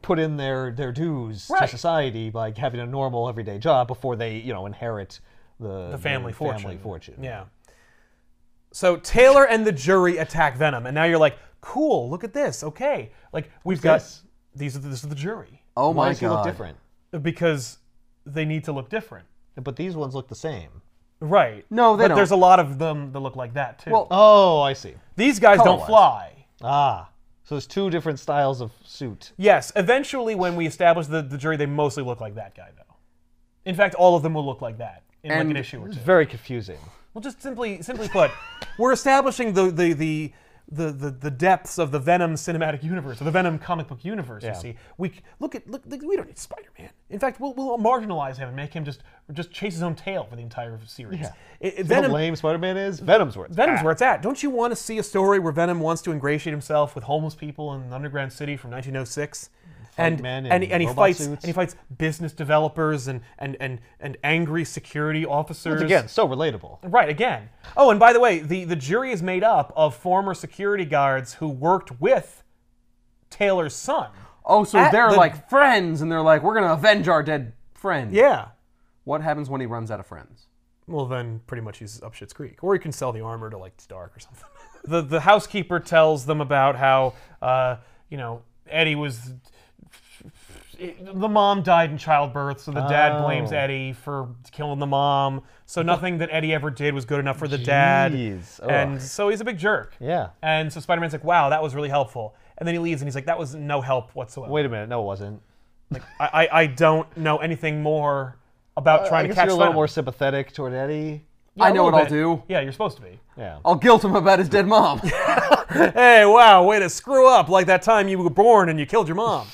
put in their their dues to Right. society by having a normal everyday job before they you know inherit the, the family fortune. fortune. Yeah. So Taylor and the jury attack Venom, and now you're like, cool. Look at this. Okay, like we've got this? these are the, this is the jury Oh Why my does god. he look different? because they need to look different, But these ones look the same. right? No, they but don't. there's a lot of them that look like that too. Well- Oh, I see. these guys don't color-wise. fly. Ah, so there's two different styles of suit. Yes, eventually when we establish the, the jury, they mostly look like that guy though. In fact, all of them will look like that in like an And- issue or two. It's very confusing. Well, just simply, simply put, we're establishing the the the. The, the, the depths of the Venom cinematic universe, or the Venom comic book universe. You see, we c- look at look. look, We don't need Spider Man. In fact, we'll, we'll marginalize him and make him just just chase his own tail for the entire series. It- it- You know Venom how lame Spider-Man is. Venom's worth. Venom's where it's at. Don't you want to see a story where Venom wants to ingratiate himself with homeless people in an underground city from 1906? And, men and, in and he robot fights suits. and he fights business developers and, and, and, and angry security officers. Again, so relatable. Right, again. Oh, and by the way, the, the jury is made up of former security guards who worked with Taylor's son. oh, so At they're the- like friends, and they're like, we're gonna avenge our dead friend. Yeah. What happens when he runs out of friends? Well, then pretty much he's up shit's creek. Or you can sell the armor to like Stark or something. the the housekeeper tells them about how uh, you know Eddie was. The mom died in childbirth, so the dad blames Eddie for killing the mom. So nothing that Eddie ever did was good enough for the dad, Jeez, ugh. and so he's a big jerk. Yeah. And so Spider Man's like, "Wow, that was really helpful." And then he leaves, and he's like, "That was no help whatsoever. Wait a minute. No, it wasn't. Like, I, I I don't know anything more about trying to I guess catch you're a Venom." little more sympathetic toward Eddie. Yeah, I a know what little I'll bit. do. Yeah, you're supposed to be. Yeah. I'll guilt him about his dead mom. hey, wow, way to screw up like that time you were born and you killed your mom.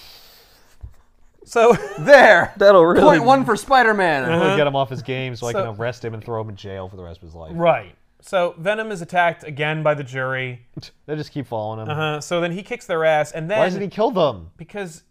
So, there. That'll really Point one for Spider-Man. really get him off his game so, I So- can arrest him and throw him in jail for the rest of his life. right. So Venom is attacked again by the jury. They just keep following him. Uh, so then he kicks their ass, and then Why doesn't he kill them? because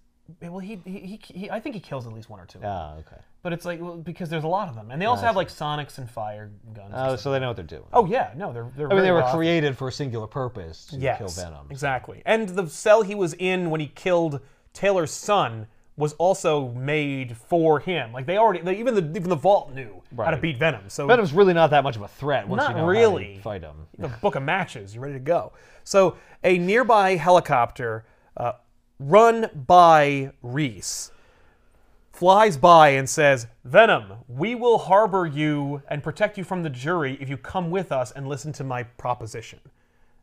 well he, he, he, he I think he kills at least one or two. Ah, okay. But it's like well, because there's a lot of them, and they also have like sonics and fire guns. and Oh, stuff. so they know what they're doing. oh yeah, no, they're they're. I mean, they were creating created for a singular purpose to yes, kill Venom. Exactly, and the cell he was in when he killed Taylor's son was also made for him. Like they already, they, even the even the vault knew how to Right. beat Venom. So Venom's really not that much of a threat once Not you know how to really. fight him. the book of matches. You're ready to go. So a nearby helicopter, uh, run by Reese, flies by and says, "Venom, we will harbor you and protect you from the jury if you come with us and listen to my proposition."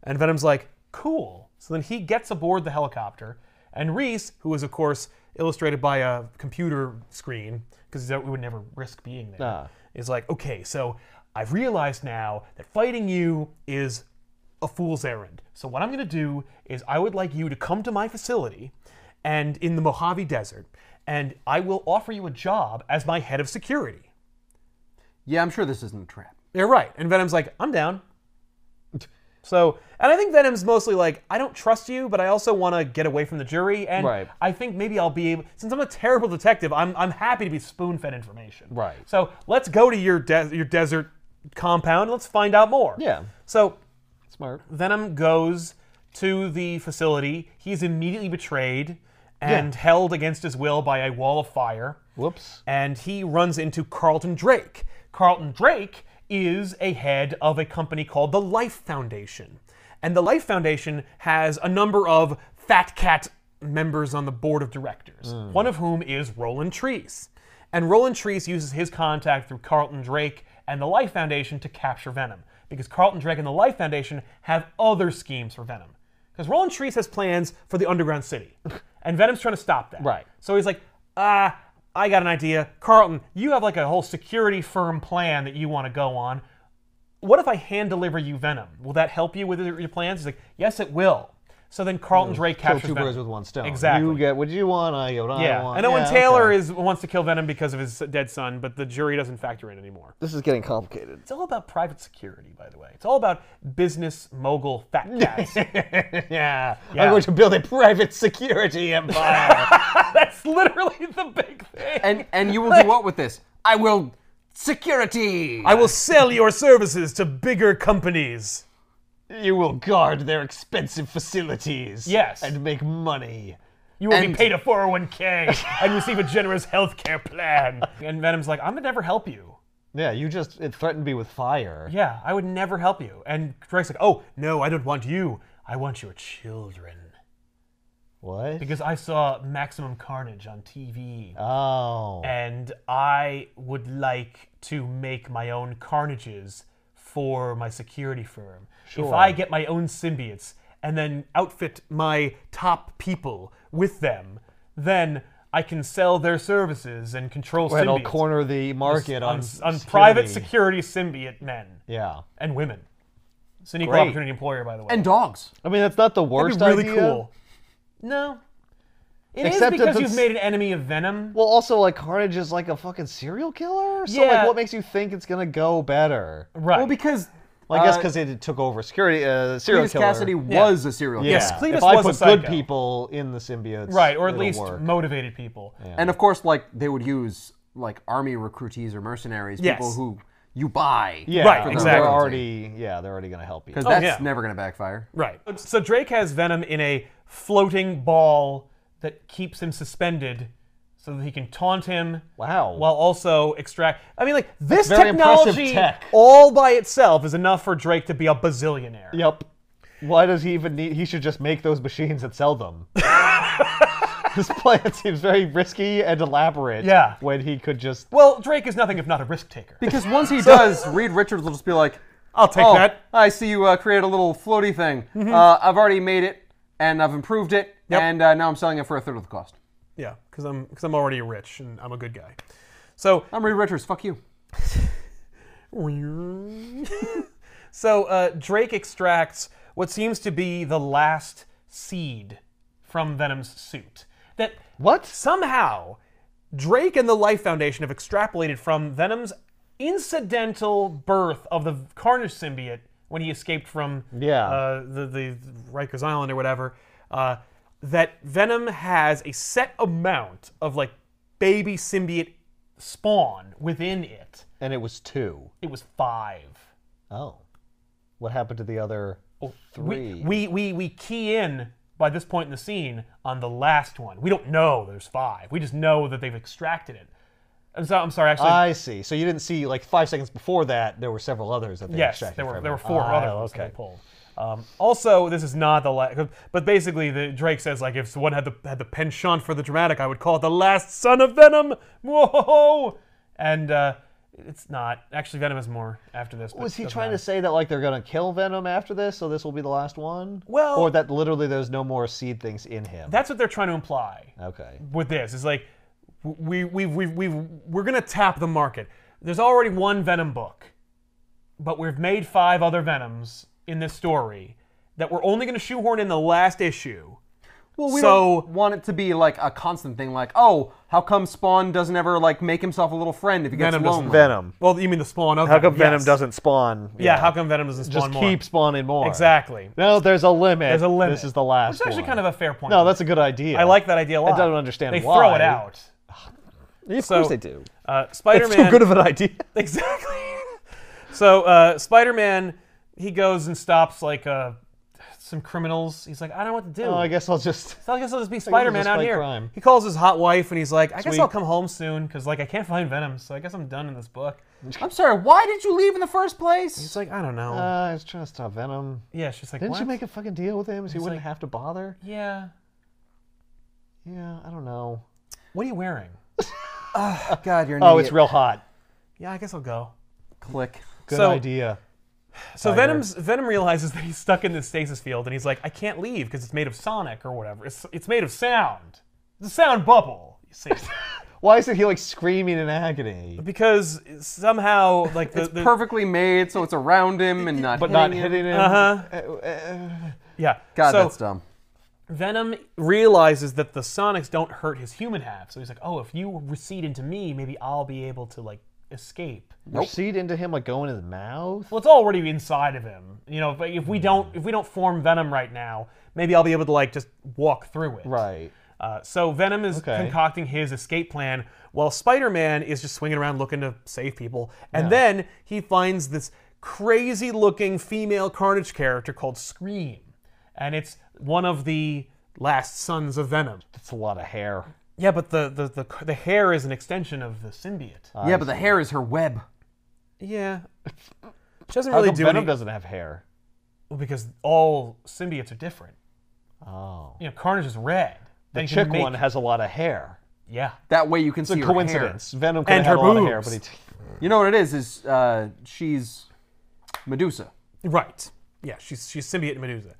And Venom's like, "Cool." So then he gets aboard the helicopter, and Reese, who is of course illustrated by a computer screen, because we would never risk being there, Ah. is like, okay, so I've realized now that fighting you is a fool's errand. So what I'm going to do is I would like you to come to my facility and in the Mojave Desert and I will offer you a job as my head of security. Yeah, I'm sure this isn't a trap. They're right. And Venom's like, "I'm down." So, and I think Venom's mostly like, "I don't trust you, but I also want to get away from the jury and Right. I think maybe I'll be able since I'm a terrible detective, I'm I'm happy to be spoon-fed information." Right. So, let's go to your des- your desert compound. and Let's find out more. Yeah. So, Smart. Venom goes to the facility. He's immediately betrayed and held against his will by a wall of fire. Whoops. And he runs into Carlton Drake. Carlton Drake is a head of a company called the Life Foundation. And the Life Foundation has a number of fat cat members on the board of directors, one of whom is Roland Treese. And Roland Treese uses his contact through Carlton Drake and the Life Foundation to capture Venom, because Carlton Drake and the Life Foundation have other schemes for Venom. Because Roland Treese has plans for the underground city, and Venom's trying to stop that. Right. So he's like, ah, I got an idea. Carlton, you have like a whole security firm plan that you want to go on. What if I hand deliver you Venom? Will that help you with your your plans? He's like, yes, it will. So then Carlton Drake Kill captures two Venom. birds with one stone. Exactly. You get what you want. I get what I yeah, want. and Owen Yeah, Taylor okay. is wants to kill Venom because of his dead son, but the jury doesn't factor in anymore. This is getting complicated. It's all about private security, by the way. It's all about business mogul fat cats. yeah. Yeah. I'm going to build a private security empire. That's literally the big thing. And and you will do what with this? I will security. I will sell your services to bigger companies. you will guard their expensive facilities. Yes. And make money. You will be And- paid a 401k and receive a generous healthcare plan. And Venom's like, I'm gonna never help you. Yeah, you just it threatened me with fire. Yeah, I would never help you. And Drake's like, Oh no, I don't want you. I want your children. What? Because I saw Maximum Carnage on TV. oh. and I would like to make my own carnages for my security firm. If Sure. I get my own symbiotes and then outfit my top people with them, then I can sell their services and control And I'll symbiotes corner the market on, on, on security. private security symbiote men Yeah. and women. It's an equal Great. opportunity employer, by the way. and dogs. I mean, that's not the That'd worst be really idea. cool. No. It is Except if because it's- you've made an enemy of Venom. Well, also like Carnage is like a fucking serial killer. So Yeah. like, what makes you think it's gonna go better? right. Well, because Well, I guess uh, because it took over security. Uh, serial Cletus killer. Cassidy was a serial killer. Yeah. Yes, Cletus if I was a put good psycho. people in the symbiotes, Right, or at it'll least work. motivated people. And of course, like they would use like army recruitees or mercenaries, Yes. people who you buy. yeah, Right, they're exactly. already, yeah, they're already gonna help you. Because that's yeah. never going to backfire. Right. So Drake has Venom in a floating ball that keeps him suspended so that he can taunt him. Wow. While also extract. I mean, like, this very impressive technology tech. all by itself is enough for Drake to be a bazillionaire. Yep. Why does he even need? He should just make those machines and sell them. this plan seems very risky and elaborate. Yeah. When he could just Well, Drake is nothing if not a risk taker. Because once he does, Reed Richards will just be like, I'll take oh, that. I see you uh, create a little floaty thing. Uh, I've already made it and I've improved it, and uh, now I'm selling it for a third of the cost. Yeah, because I'm, cause I'm already rich and I'm a good guy. So I'm Reed Richards. Fuck you. So uh, Drake extracts what seems to be the last seed from Venom's suit. That What? somehow Drake and the Life Foundation have extrapolated from Venom's incidental birth of the Carnage symbiote when he escaped from Yeah. uh, the the Rikers Island or whatever. Uh, that Venom has a set amount of like baby symbiote spawn within it. and it was two. It was five. Oh. What happened to the other three? Oh, We, we we we key in by this point in the scene on the last one. We don't know there's five. We just know that they've extracted it. I'm, so, I'm sorry, actually. I see. So you didn't see like five seconds before that there were several others that they yes, extracted there were from there it. were four Ah, other ones that Okay. they pulled. Um, also, this is not the last. But basically, the, Drake says like if someone had the had the penchant for the dramatic, I would call it the last son of Venom. Whoa! And uh, it's not actually Venom is more after this. but Was he doesn't trying matter. to say that like they're gonna kill Venom after this, so this will be the last one? Well- or that literally there's no more seed things in him. That's what they're trying to imply. okay. with this. It's like we we we we we're gonna tap the market. There's already one Venom book, but we've made five other Venoms in this story that we're only gonna shoehorn in the last issue. Well, we So- don't want it to be like a constant thing. Like, oh, how come Spawn doesn't ever like make himself a little friend if he gets Venom doesn't- lonely? Venom. Well, you mean the spawn of How come Venom yes. doesn't spawn? Yeah, how come Venom doesn't spawn just more? keep spawning more. exactly. No, there's a limit. There's a limit. This is the last. It's actually one. kind of a fair point. No, that's a good idea. I like that idea a lot. don't understand They why. throw it out. Of So- course they do. Uh, Spider-Man. Too good of an idea. Exactly. so uh, Spider-Man, he goes and stops like uh, some criminals. He's like, I don't know what to do. Oh, I guess I'll just. So I guess I'll just be Spider-Man just out fight here. crime. He calls his hot wife and he's like, I guess Sweet. I'll come home soon because like I can't find Venom, so I guess I'm done in this book. I'm sorry, why did you leave in the first place? It's like, I don't know. Uh, I was trying to stop Venom. yeah, she's like, Didn't what? you make a fucking deal with him so you wouldn't like- have to bother? yeah. Yeah, I don't know. What are you wearing? God, you're an Oh, idiot. it's real hot. Yeah, I guess I'll go. Click. Good So- idea. So Venom's, Venom realizes that he's stuck in this stasis field, and he's like, I can't leave because it's made of sonic or whatever. It's, it's made of sound. It's a sound bubble. You see, Why isn't he like screaming in agony? because somehow, like the, the Perfectly made, so it's around him and not But hitting not him. hitting him. Uh-huh. yeah. God, so that's dumb. Venom realizes that the sonics don't hurt his human half, so he's like, oh, if you recede into me, maybe I'll be able to like escape. Recede into him like going in his mouth. Well, it's already inside of him. You know, if, if we don't if we don't form Venom right now, maybe I'll be able to like just walk through it. Right. Uh, so Venom is Okay. concocting his escape plan while Spider Man is just swinging around looking to save people. And then he finds this crazy looking female Carnage character called Scream. And it's one of the last sons of Venom. That's a lot of hair. Yeah, but the, the, the, the hair is an extension of the symbiote. Yeah, but the hair is her web. yeah. She doesn't How really come do Venom any, doesn't have hair? well, because all symbiotes are different. Oh. You know, Carnage is red. The Then you can chick make- one has a lot of hair. Yeah. That way you can see It's a her coincidence. Venom could And have had her a lot of hair, but boobs. he hair. You know what it is? Is uh, she's Medusa. Right. Yeah, she's she's symbiote Medusa.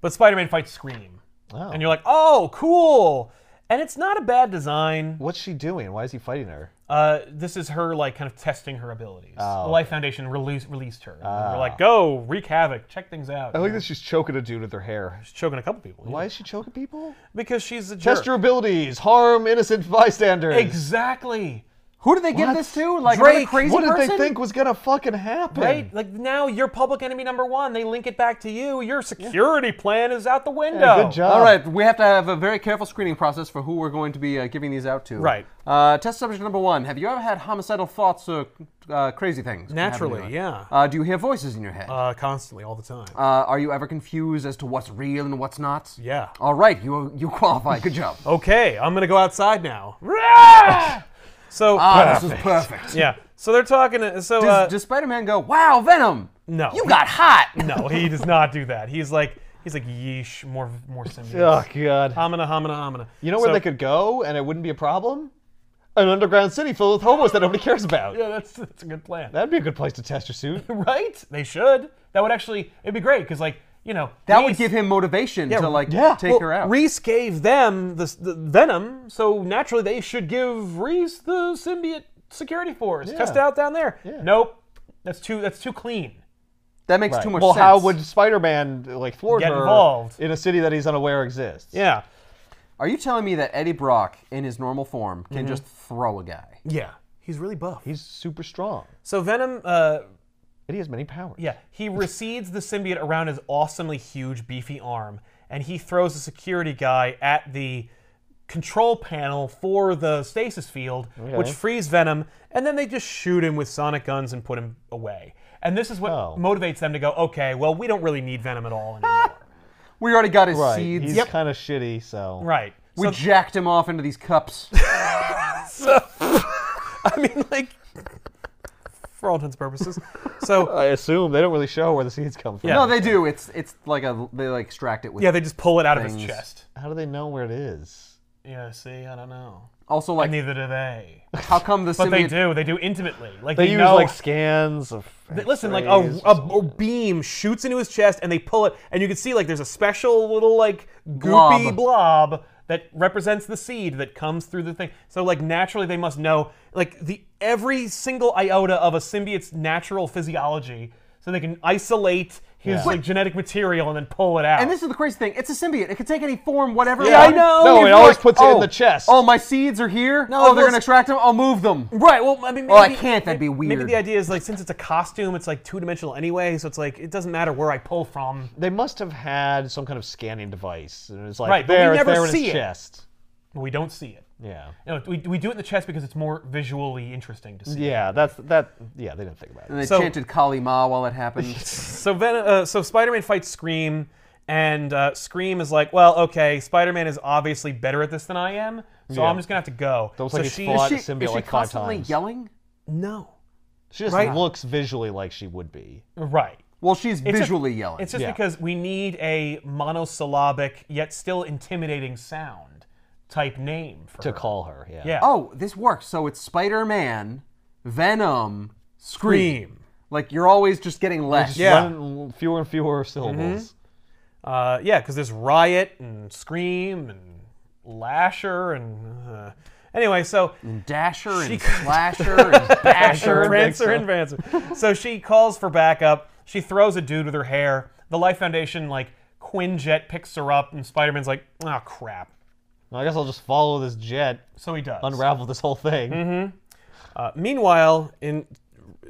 But Spider-Man fights Scream. Oh. And you're like, oh, cool. And it's not a bad design. What's she doing? Why is he fighting her? Uh, this is her like kind of testing her abilities. Oh, the Life Foundation released released her. Ah. We're like, go wreak havoc, check things out. I like that she's choking a dude with her hair. She's choking a couple people. Why yeah. is she choking people? Because she's a Test jerk. your abilities. Harm innocent bystanders. Exactly. Who did they give What? this to? Like Drake, another crazy What did person? they think was gonna fucking happen? Right? Like now you're public enemy number one. They link it back to you. Your security plan is out the window. Good job. All right, we have to have a very careful screening process for who we're going to be uh, giving these out to. Right. Uh, test subject number one: Have you ever had homicidal thoughts or uh, crazy things? Naturally, happen to you? yeah. Uh, do you hear voices in your head? Uh, Uh, constantly, all the time. are you ever confused as to what's real and what's not? yeah. All right, you you qualify. Good job. Okay, I'm gonna go outside now. Rah! so Ah, this is perfect. yeah, so they're talking. to- So Does, uh, does Spider-Man go, "Wow, Venom"? No. You got hot. no, he does not do that. He's like he's like yeesh, more more Oh symbiotes. god. Homina, homina, homina. Um, You know where So- they could go and it wouldn't be a problem? An underground city filled with hobos that nobody cares about. Yeah, that's that's a good plan, That'd be a good place to test your suit. right? They should. That would actually it'd be great because like you know That would Reese- give him motivation to like yeah. take well, her out. Reese gave them the, the venom, so naturally they should give Reese the symbiote security force. Test it out down there. Nope, that's too that's too clean. that makes too much well, sense. how would Spider-Man like thwart Get her involved. in a city that he's unaware exists? Yeah, Are you telling me that Eddie Brock, in his normal form, Mm-hmm. can just throw a guy? yeah. He's really buff. He's super strong. So Venom, uh, And he has many powers. yeah, he recedes the symbiote around his awesomely huge, beefy arm, and he throws a security guy at the control panel for the stasis field, which frees Venom, and then they just shoot him with sonic guns and put him away. And this is what Oh. motivates them to go, okay, well, we don't really need Venom at all anymore. We already got his Right. seeds. He's kind of shitty, so right. We jacked him off into these cups. So, I mean, like, for all intents and purposes. So, I assume they don't really show where the seeds come from. Yeah. no, they do. It's it's like a they like extract it with. yeah, they just pull it out of his Things. chest. How do they know where it is? Yeah, see, I don't know. Also, like Neither do they. how come the But they symbiote? do. They do intimately. Like They they use know, like scans of. th- listen, like X-rays. a, a, a beam shoots into his chest, and they pull it, and you can see like there's a special little like goopy blob. Blob. that represents the seed that comes through the thing. So like naturally, they must know like the every single iota of a symbiote's natural physiology, so they can isolate his Yeah. like genetic material and then pull it out. And this is the crazy thing. It's a symbiote. It can take any form, whatever. Yeah, I one. know. No, If it always like- puts it in Oh, the chest. Oh, my seeds are here. No, oh, they're well, gonna extract them. I'll move them. Right. Well, I mean, maybe, Well, I can't, that'd be maybe- Maybe weird. the idea is like since it's a costume, it's like two dimensional anyway, so it's like it doesn't matter where I pull from. They must have had some kind of scanning device, and it's like Right, but we there, it's never there in see his it. chest. We don't see it. Yeah, No, we, we do it in the chest because it's more visually interesting to see. yeah, that's that. Yeah, they didn't think about it. And they So- chanted Kali Ma while it happened. So Ven- uh, so Spider-Man fights Scream, and uh, Scream is like, well, okay, Spider-Man is obviously better at this than I am, so I'm just gonna have to go. Looks so like he's she fought- she, the symbiote is she like five constantly times. yelling? no, She just Right. looks visually like she would be. Right. Well, she's It's just- visually yelling. It's just Yeah. because we need a monosyllabic yet still intimidating sound type name for To her. call her, yeah. Yeah. oh, this works. So it's Spider Man, Venom, Scream. Scream. Like you're always just getting less. Yeah. One- fewer and fewer syllables. Uh, yeah, because there's riot and scream and lasher and uh, anyway. So Dasher and Slasher and Basher. Prancer and Prancer. so she calls for backup. She throws a dude with her hair. The Life Foundation like Quinjet picks her up, and Spider Man's like, oh crap. Well, I guess I'll just follow this jet, So he does. unravel this whole thing. Mm-hmm. Uh, meanwhile, in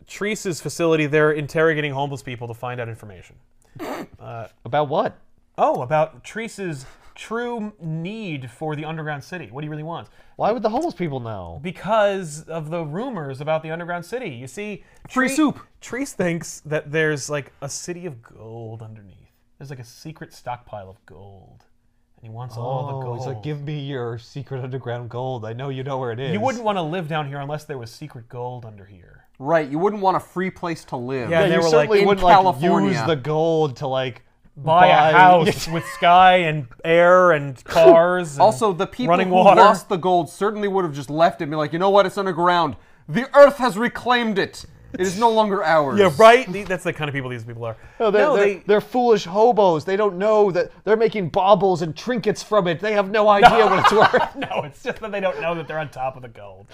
Treese's facility, they're interrogating homeless people to find out information. About what? Oh, about Treese's true need for the underground city. What he really wants. Why would the homeless people know? because of the rumors about the underground city. You see, Free Tree- soup. Trees thinks that there's like a city of gold underneath. There's like a secret stockpile of gold, and he wants all the Oh, gold. he's like, give me your secret underground gold. I know you know where it is. you wouldn't want to live down here unless there was secret gold under here. Right. You wouldn't want a free place to live. Yeah, Yeah, And they you were like, certainly "In wouldn't California." like use the gold to like Buy, a house with sky and air and cars. And Also, the people running who water. lost the gold certainly would have just left it and be like, you know what? It's underground. The earth has reclaimed it. It is no longer ours. yeah, right. The- That's the kind of people these people are. No, they're, no, they're, they, they're foolish hobos. They don't know that they're making baubles and trinkets from it. They have no idea what it's worth. No, it's just that they don't know that they're on top of the gold.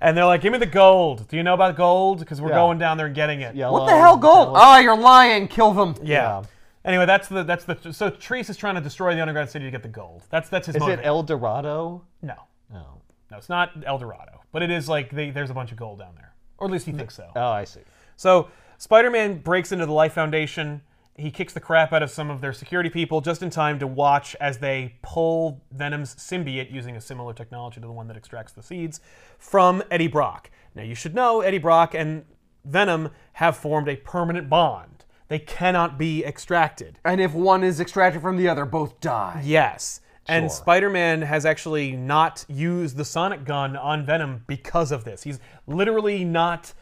And they're like, give me the gold. Do you know about gold? Because we're Yeah. going down there and getting it. Yeah, What the well, hell, gold? well, Ah, you're lying. Kill them. Yeah. Yeah. Anyway, that's the that's the so Treese is trying to destroy the underground city to get the gold. That's that's his Is it motive. El Dorado? no, No. no, it's not El Dorado, but it is like they, there's a bunch of gold down there, or at least he thinks so. Oh, I see. So Spider-Man breaks into the Life Foundation. He kicks the crap out of some of their security people just in time to watch as they pull Venom's symbiote using a similar technology to the one that extracts the seeds from Eddie Brock. Now you should know Eddie Brock and Venom have formed a permanent bond. They cannot be extracted. And if one is extracted from the other, both die. Yes. And Spider Man has actually not used the sonic gun on Venom because of this. He's literally not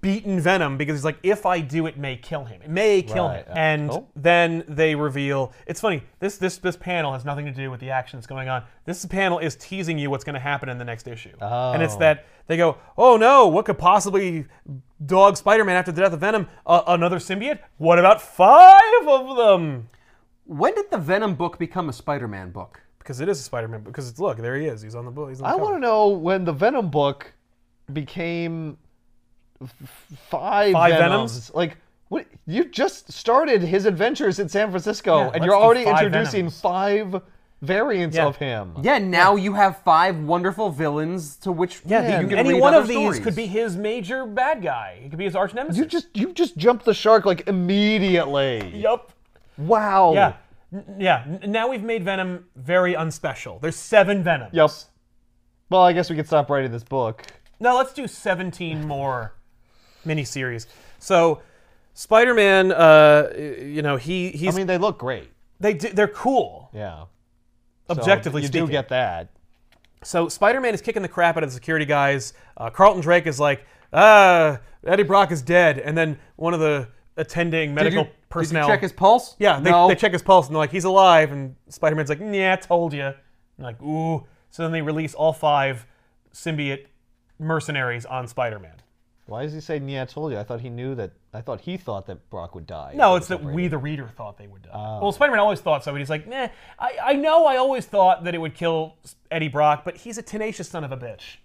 beaten Venom because he's like, if I do, it may kill him. It may kill Right. him. Uh, And cool. then they reveal it's funny, this, this, this panel has nothing to do with the action that's going on. This panel is teasing you what's going to happen in the next issue. And it's that they go, oh no, what could possibly dog Spider Man after the death of Venom? Uh, another symbiote? What about five of them? When did the Venom book become a Spider Man book? because it is a Spider-Man. Because it's, look, there he is. He's on the book. He's on the I cover. want to know when the Venom book became f- five, Five Venoms. Venoms? Like, what? You just started his adventures in San Francisco, let's and you're do already five introducing Venoms. five variants Yeah. of him. Yeah, now you have five wonderful villains to which Yeah, you the- can any read one other of stories. these could be his major bad guy. He could be his arch nemesis. You just you just jumped the shark like immediately. yup. Wow. Yeah, N- yeah. N- Now we've made Venom very unspecial. There's seven Venoms. Yep. Well, I guess we could stop writing this book. Now let's do 17 more miniseries. So. Spider-Man, uh, you know he he's I mean, they look great. they do, they're cool Yeah. objectively so you speaking. do get that. So Spider-Man is kicking the crap out of the security guys. Uh, Carlton Drake is like, "Ah, Eddie Brock is dead," and then one of the attending Did you, medical personnel. Did you check his pulse? yeah, they, no. they check his pulse and they're like, "He's alive." And Spider-Man's like, "Yeah, told you." like, ooh. So then they release all five symbiote mercenaries on Spider-Man. Why does he say "Yeah, I told you"? I thought he knew that. I thought he thought that Brock would die. No, it's that we, the reader, thought they would die. Well, Spider-Man always thought so, but he's like, "Nah, I, I know I always thought that it would kill Eddie Brock, but he's a tenacious son of a bitch,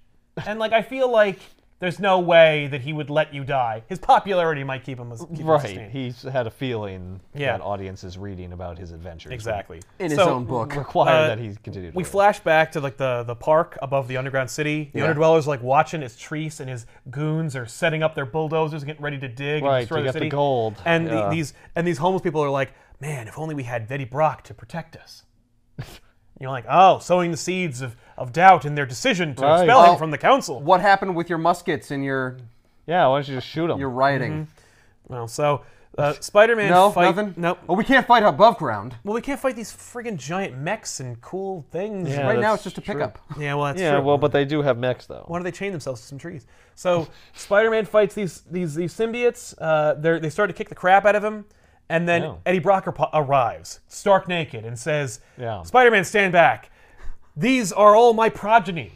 and like I feel like there's no way that he would let you die. His popularity might keep him, keep him Right. sustained. He's had a feeling Yeah. that audiences reading about his adventures. would exactly. in his So, own book. Require that he continue. To We live. flash back to like the, the park above the underground city. The underdwellers are, like watching as Treese and his goons are setting up their bulldozers, getting ready to dig Right, and destroy to the get the city. gold. And the, these and these homeless people are like, man, if only we had Betty Brock to protect us. You're like, oh, sowing the seeds of, of doubt in their decision to Right. expel Well- him from the council. What happened with your muskets and your Yeah. Why don't you just shoot him? your writing? Well, so Uh, Spider-Man No, Mm-hmm. fight. nothing. Nope. Oh, we can't fight above ground. Well, we can't fight these friggin' giant mechs and cool things. Yeah, right now, it's that's just a true. pickup. Yeah, well, that's Yeah, true. well, but they do have mechs though. Why do they chain themselves to some trees? So Spider-Man fights these these these symbiotes. Uh, they they start to kick the crap out of him, and then Yeah. Eddie Brock ar- arrives, stark naked, and says, Yeah. "Spider-Man, stand back. These are all my progeny.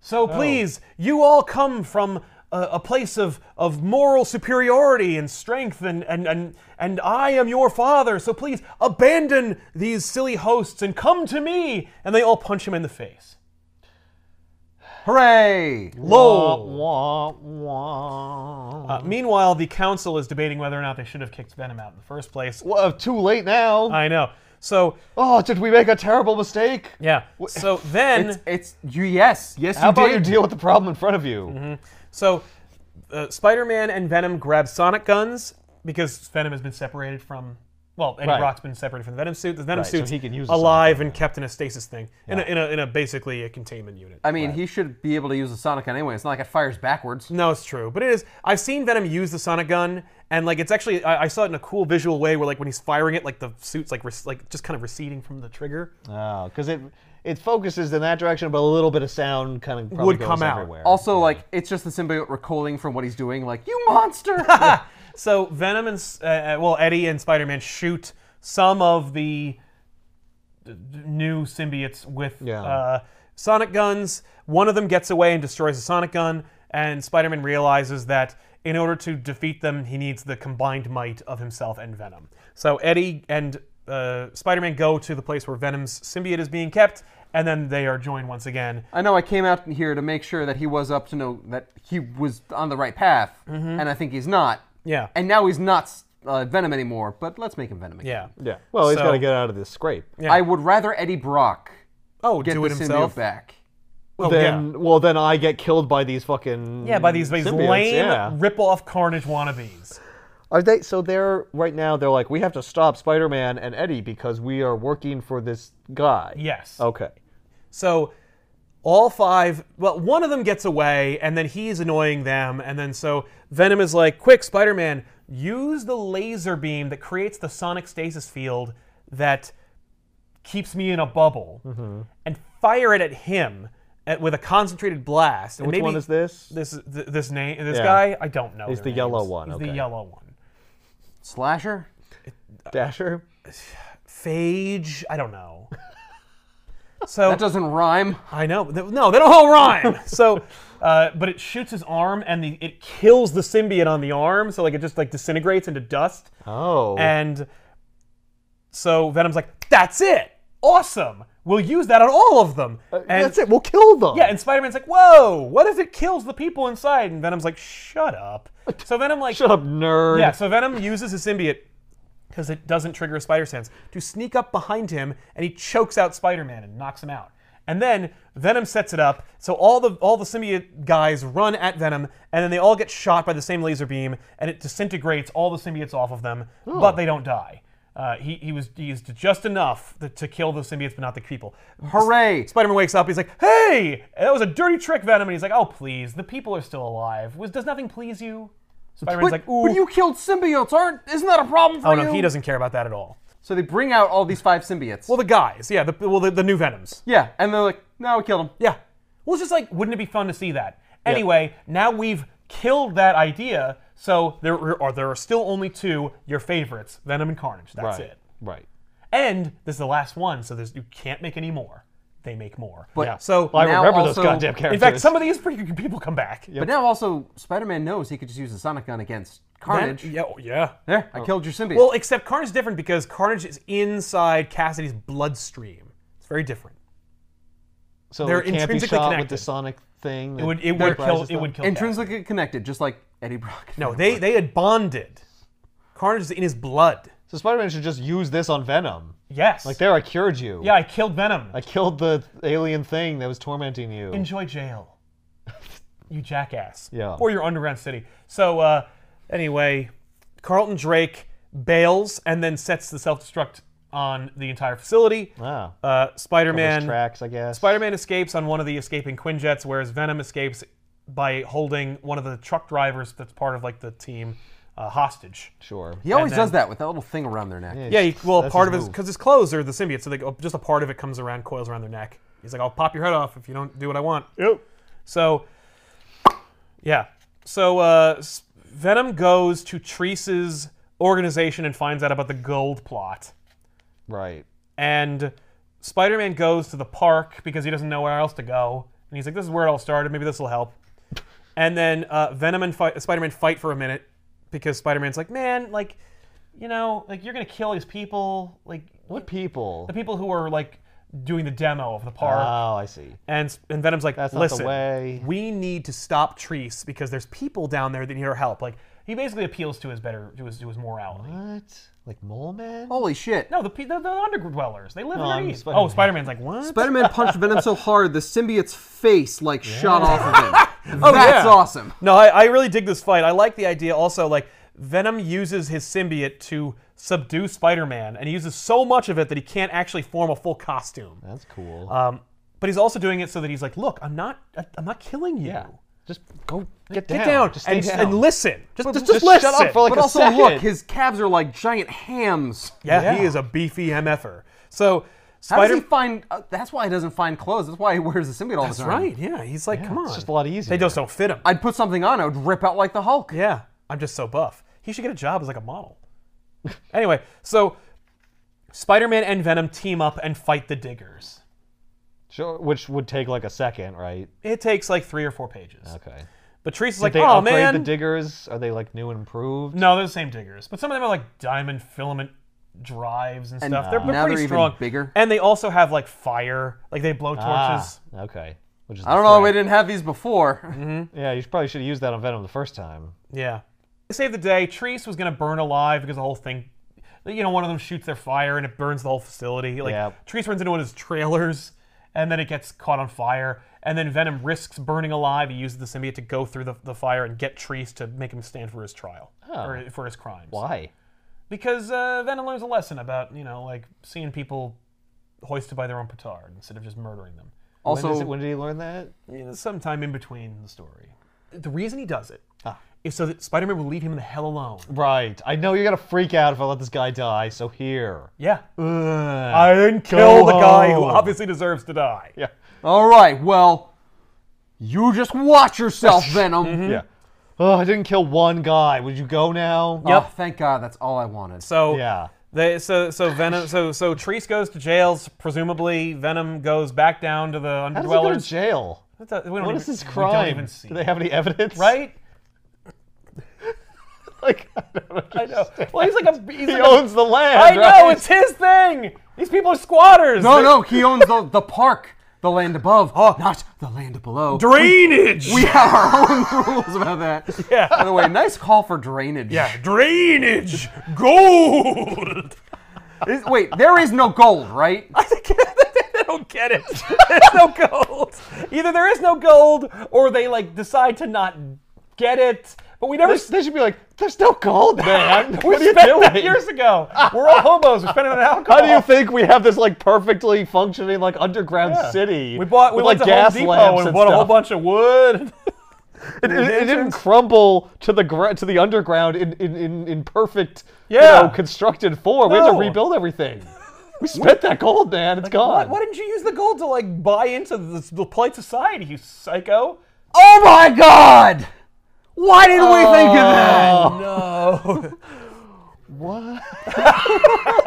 So Oh. please, you all come from." A, a place of, of moral superiority and strength, and, and, and, and I am your father, so please abandon these silly hosts and come to me! And they all punch him in the face. Hooray! Lo! Wah, wah, wah. Uh, meanwhile, the council is debating whether or not they should have kicked Venom out in the first place. Well, too late now. I know. So oh, did we make a terrible mistake? yeah. So then, It's, it's you. Yes, yes, How you about did. you deal with the problem in front of you? Mm-hmm. so uh, Spider-Man and Venom grab sonic guns because Venom has been separated from. Well, Eddie Right. Brock's been separated from the Venom suit. The Venom Right, so suit's he can use a sonic alive and kept in a stasis thing, in, a, in, a, in a basically a containment unit. I mean, he should be able to use the sonic gun anyway. It's not like it fires backwards. No, it's true, but it is. I've seen Venom use the sonic gun, and like it's actually I, I saw it in a cool visual way where like when he's firing it, like the suit's like rec- like just kind of receding from the trigger. Oh, because it it focuses in that direction, but a little bit of sound kind of probably Would goes come out. everywhere. Also, like it's just the symbiote recoiling from what he's doing. Like you monster. So Venom and S- uh, uh, well Eddie and Spider-Man shoot some of the d- d- new symbiotes with Yeah. uh, sonic guns. One of them gets away and destroys the sonic gun, and Spider-Man realizes that in order to defeat them, he needs the combined might of himself and Venom. So Eddie and uh, Spider-Man go to the place where Venom's symbiote is being kept, and then they are joined once again. I know I came out here to make sure that he was up to know that he was on the right path, Mm-hmm. and I think he's not. Yeah. And now he's not uh, Venom anymore, but let's make him Venom again. Yeah. yeah. Well, he's So- got to get out of this scrape. Yeah. I would rather Eddie Brock Oh, get do the it himself. symbiote back. Well, Oh, yeah. then, well, then I get killed by these fucking Yeah, by these, these symbiotes, lame yeah. rip-off Carnage wannabes. Are they so they're right now they're like we have to stop Spider-Man and Eddie because we are working for this guy. Yes. Okay. So all five, well, one of them gets away, and then he's annoying them, and then so Venom is like, "Quick, Spider-Man, use the laser beam that creates the sonic stasis field that keeps me in a bubble, Mm-hmm. and fire it at him at, with a concentrated blast." And Which maybe one is this? This is- th- this name this Yeah. guy I don't know. He's their the yellow names. one, He's the okay. yellow one. Slasher? Dasher. Phage, I don't know. So That doesn't rhyme. I know. Th- No, they don't all rhyme. so, uh, but it shoots his arm and the, it kills the symbiote on the arm. So like it just like disintegrates into dust. Oh. And so Venom's like, "That's it. Awesome. We'll use that on all of them." and Uh, That's it. We'll kill them. Yeah, and Spider-Man's like, "Whoa! What if it kills the people inside?" And Venom's like, "Shut up." So Venom like Shut up, nerd. yeah, so Venom uses his symbiote because it doesn't trigger a spider sense to sneak up behind him, and he chokes out Spider-Man and knocks him out. And then Venom sets it up, so all the all the symbiote guys run at Venom, and then they all get shot by the same laser beam, and it disintegrates all the symbiotes off of them, but they don't die. Uh, he, he was he used just enough to, to kill the symbiotes, but not the people. Hooray! Spider-Man wakes up. He's like, "Hey, that was a dirty trick, Venom." And he's like, "Oh, please, the people are still alive. Was, does nothing please you?" Spider-Man's But, like, "Ooh, but you killed symbiotes, aren't? Isn't that a problem for Oh you? no, he doesn't care about that at all. So they bring out all these five symbiotes. Well, the guys, yeah, the well, the, the new Venoms, yeah, and they're like, no, we killed him. yeah. Well, it's just like, wouldn't it be fun to see that? Anyway, now we've killed that idea, so there are or there are still only two your favorites, Venom and Carnage. That's Right. it. Right. And this is the last one, so there's you can't make any more. They make more. But- yeah. So I Now remember also- those goddamn characters. in fact, some of these freaking people come back. But now also, Spider Man knows he could just use the sonic gun against Carnage. Yeah. oh, Yeah. There, I killed your symbiote. Well, except Carnage is different because Carnage is inside Cassidy's bloodstream. It's very different. so they're it can't be intrinsically shot with connected. the sonic thing. It would it would kill it would kill. Cassidy. Intrinsically connected, just like Eddie Brock. No, they they had bonded. Carnage is in his blood. So Spider-Man should just use this on Venom. Yes. Like there, I cured you. yeah, I killed Venom. I killed the alien thing that was tormenting you. Enjoy jail. you jackass. Yeah. Or your underground city. So uh, anyway, Carlton Drake bails and then sets the self-destruct on the entire facility. Wow. Uh, There's Spider-Man. tracks, I guess. Spider-Man escapes on one of the escaping Quinjets, whereas Venom escapes by holding one of the truck drivers that's part of like the team. uh, hostage. Sure. He always then- does that with that little thing around their neck. Yeah, he, well, That's part his of his move. because his clothes are the symbiote, so they go, just a part of it comes around, coils around their neck. He's like, "I'll pop your head off if you don't do what I want." Yep. So, yeah. So uh, S- Venom goes to Treese's organization and finds out about the gold plot, Right. and Spider-Man goes to the park because he doesn't know where else to go, and he's like, "This is where it all started. Maybe this will help." And then uh, Venom and fi- Spider-Man fight for a minute because Spider-Man's like, "Man, like, you know, like you're gonna kill these people, like." What people? the people who are like doing the demo of the park. Oh, I see. and and Venom's like, That's not the listen, way." we need to stop Treese because there's people down there that need our help. Like he basically appeals to his better to his to his morality. What? Like mole Oh. man? Holy shit. No, the pe- the, the underdwellers they live I'm underneath. Spider-Man. Oh, Spider-Man's like what? Spider Man punched Venom so hard the symbiote's face like shot off of him. oh, That's yeah. awesome. no, I, I really dig this fight. I like the idea. Also, like Venom uses his symbiote to subdue Spider-Man, and he uses so much of it that he can't actually form a full costume. That's cool. Um, but he's also doing it so that he's like, look, I'm not I'm not killing you. yeah. Just go get down. Get down, Just stay and, down. and listen. Just, just, just just listen. shut up for like But a also, second. look, his calves are like giant hams. yeah, he Yeah. is a beefy mf'er. So How does Spider. he find? Uh, that's why he doesn't find clothes. That's why he wears the symbiote all That's the time. right. Yeah, he's like, come on. it's just a lot easier. They just don't fit him. I'd put something on. I would rip out like the Hulk. yeah, I'm just so buff. He should get a job as like a model. anyway, so Spider-Man and Venom team up and fight the Diggers. Sure, which would take like a second, right? It takes like three or four pages. Okay. But Treese is like, they oh upgrade man. the diggers? Are they like new and improved? no, they're the same Diggers, but some of them are like diamond filament drives and, stuff. They're, they're uh, now they're pretty even strong. bigger. And they also have like fire. Like they blow torches. Ah, okay. Which is I don't know. We didn't have these before. Mm-hmm. Yeah, you probably should have used that on Venom the first time. Yeah. To save the day, Treese was going to burn alive because the whole thing, you know, one of them shoots their fire and it burns the whole facility. Like, Yeah. Treese runs into one of his trailers and then it gets caught on fire. And then Venom risks burning alive. He uses the symbiote to go through the, the fire and get Treese to make him stand for his trial or for his crimes. Why? Because uh, Venom learns a lesson about, you know, like seeing people hoisted by their own petard instead of just murdering them. When, does Also, it, when did he learn that? You know, sometime in between the story. The reason he does it is so that Spider Man will leave him the hell alone. Right. I know you're gonna freak out if I let this guy die. So here. Yeah. Ugh. I didn't kill the guy who home. obviously deserves to die. Yeah. all right. Well, you just watch yourself, Venom. Mm-hmm. Hmm. Yeah. Oh, I didn't kill one guy. Would you go now? Oh, Oh, thank God. That's all I wanted. So Yeah. they so so Venom so so Treese goes to jail. Presumably Venom goes back down to the How does he go to underdwellers. jail? What the- we don't What even- is his We don't crime? even see. Do they have any evidence? right? Like, I don't I know. Well, he's like a he's He like a- owns the I land. know right? it's his thing. These people are squatters. no, no. He owns the, the park, the land above, not the land below. Drainage. we have our own rules about that. Yeah. By the way, nice call for drainage. yeah, drainage. Gold. Is- wait, there is no gold, right? I think- they don't get it. There's no gold. Either there is no gold, or they like decide to not get it. But we never. They- They should be like, there's no gold, man. we what are you spent that doing? years ago. We're all hobos. We spent it on alcohol. How do you think we have this like perfectly functioning like underground city? We bought. We with, went like to gas Home Depot lamps and, and bought a whole stuff. bunch of wood. It, it- it didn't crumble to the gr- to the underground in in, in, in perfect Yeah. you know, constructed form. We had No. to rebuild everything. We spent that gold, man. It's Why, gone. why didn't you use the gold to like buy into the, the polite society? You psycho. Oh my God! Why didn't we think of that? No. what?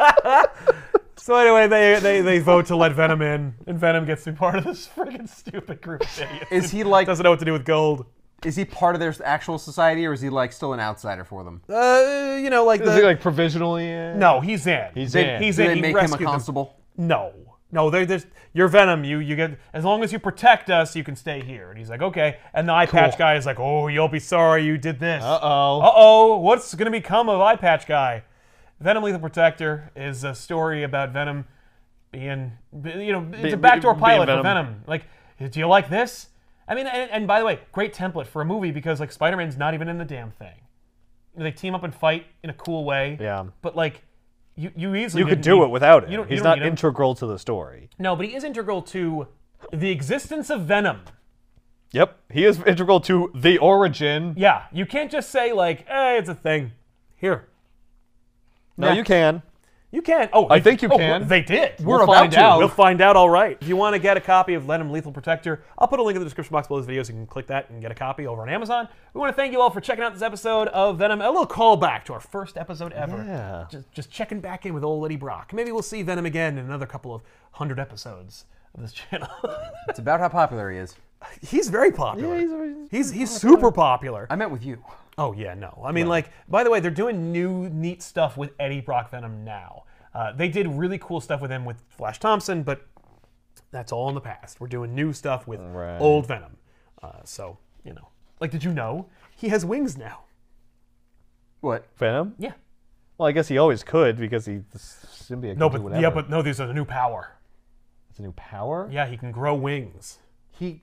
so anyway, they, they they vote to let Venom in, and Venom gets to be part of this freaking stupid group of idiots. Is he like? Doesn't know what to do with gold. Is he part of their actual society, or is he like still an outsider for them? Uh, you know, like Is it like provisionally? In? no, he's in. He's They- in. He's Do in. they he make him a rescued them. constable? No, no. They, there's you're Venom. You you get as long as you protect us, you can stay here. And he's like, okay. And the eye patch guy is like, oh, you'll be sorry you did this. Uh oh. Uh oh, what's going to become of Eye Patch Guy? Venom Lethal Protector is a story about Venom being, b- you know, it's a Being- backdoor being pilot for Venom. Venom. Like, do you like this? I mean, and, and by the way, great template for a movie because, like, Spider Man's not even in the damn thing. They team up and fight in a cool way. Yeah. But, like, you, you easily. You could didn't do need- it without it. you don't- you He's don't not need him. integral to the story. No, but he is integral to the existence of Venom. Yep, he is integral to the origin. Yeah. You can't just say, like, eh, it's a thing. Here, No, you can. you can. Oh, I think you can. They did. We're We'll about find to. out. We'll find out, all right. If you want to get a copy of Venom Lethal Protector, I'll put a link in the description box below this video so you can click that and get a copy over on Amazon. We want to thank you all for checking out this episode of Venom. A little callback to our first episode ever. Yeah. Just, just checking back in with old Eddie Brock. Maybe we'll see Venom again in another couple of hundred episodes of this channel. It's about how popular he is. he's very popular. he's- he's, he's, super popular. I met with you. Oh yeah, no. I mean, like, by the way, they're doing new neat stuff with Eddie Brock Venom now. Uh, they did really cool stuff with him with Flash Thompson, but that's all in the past. We're doing new stuff with Right. old Venom. Uh, so you know, like, did you know he has wings now? What? Venom? Yeah. Well, I guess he always could because he the symbiote. No, can do but whatever. yeah, but no, there's a new power. it's a new power. Yeah, he can grow wings. He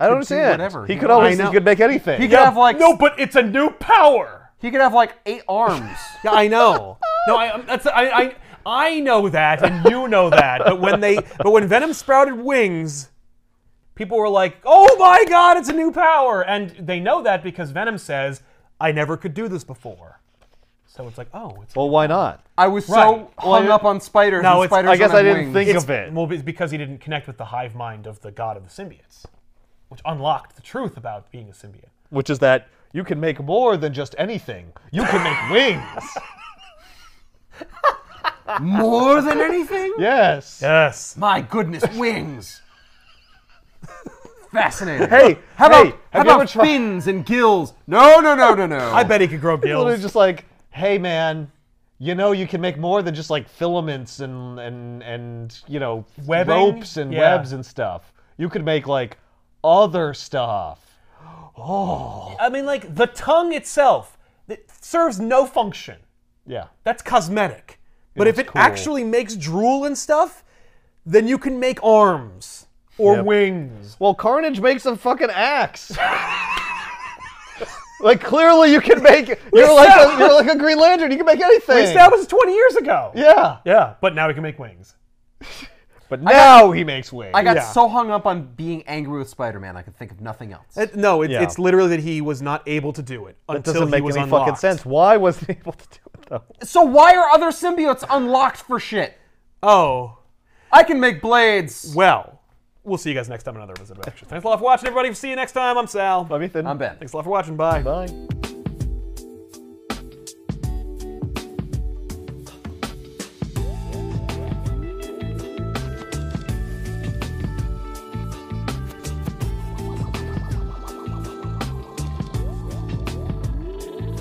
I don't could do understand. whatever. He He could could- always I he know. could make anything. he could have like no, but it's a new power. he could have like eight arms. Yeah, I know. No, I, I'm- that's, I, I, I know that, and you know that. But when they, but when Venom sprouted wings, people were like, "Oh my God, it's a new power!" And they know that because Venom says, "I never could do this before." So it's like, oh, it's well, why not? I was Right. so hung I- up on spiders. No, it's- and I spiders I guess don't I have didn't wings. think it's of it. well, it's because he didn't connect with the hive mind of the God of the symbiotes, which unlocked the truth about being a symbiote. Which is that you can make more than just anything. You can make wings. more than anything. Yes. Yes. My goodness, wings. Fascinating. Hey, how hey, about how have you ever about tried- fins and gills? No, no, no, no, no. I bet he could grow Literally gills. just like, hey man, you know you can make more than just like filaments and and and you know Webbing? ropes and Yeah. webs and stuff. You could make like other stuff. I mean, like the tongue itself it serves no function. Yeah. That's cosmetic. But if looks it cool. actually makes drool and stuff, then you can make arms or wings. Well, Carnage makes a fucking axe. like clearly you can make you're like a, you're like a Green Lantern. You can make anything. That was 20 years ago. yeah. Yeah, but now we can make wings. But now he makes wings. I got Yeah. so hung up on being angry with Spider-Man, I could think of nothing else. Uh, It- no, it, Yeah. it's literally that he was not able to do it It until doesn't he make was any unlocked. fucking sense. Why wasn't he able to do it though? so why are other symbiotes unlocked for shit? Oh, I can make blades. well. We'll see you guys next time on another episode of Action. Thanks a lot for watching, everybody. See you next time. I'm Sal. I'm Ethan. I'm Ben. Thanks a lot for watching. Bye. Bye.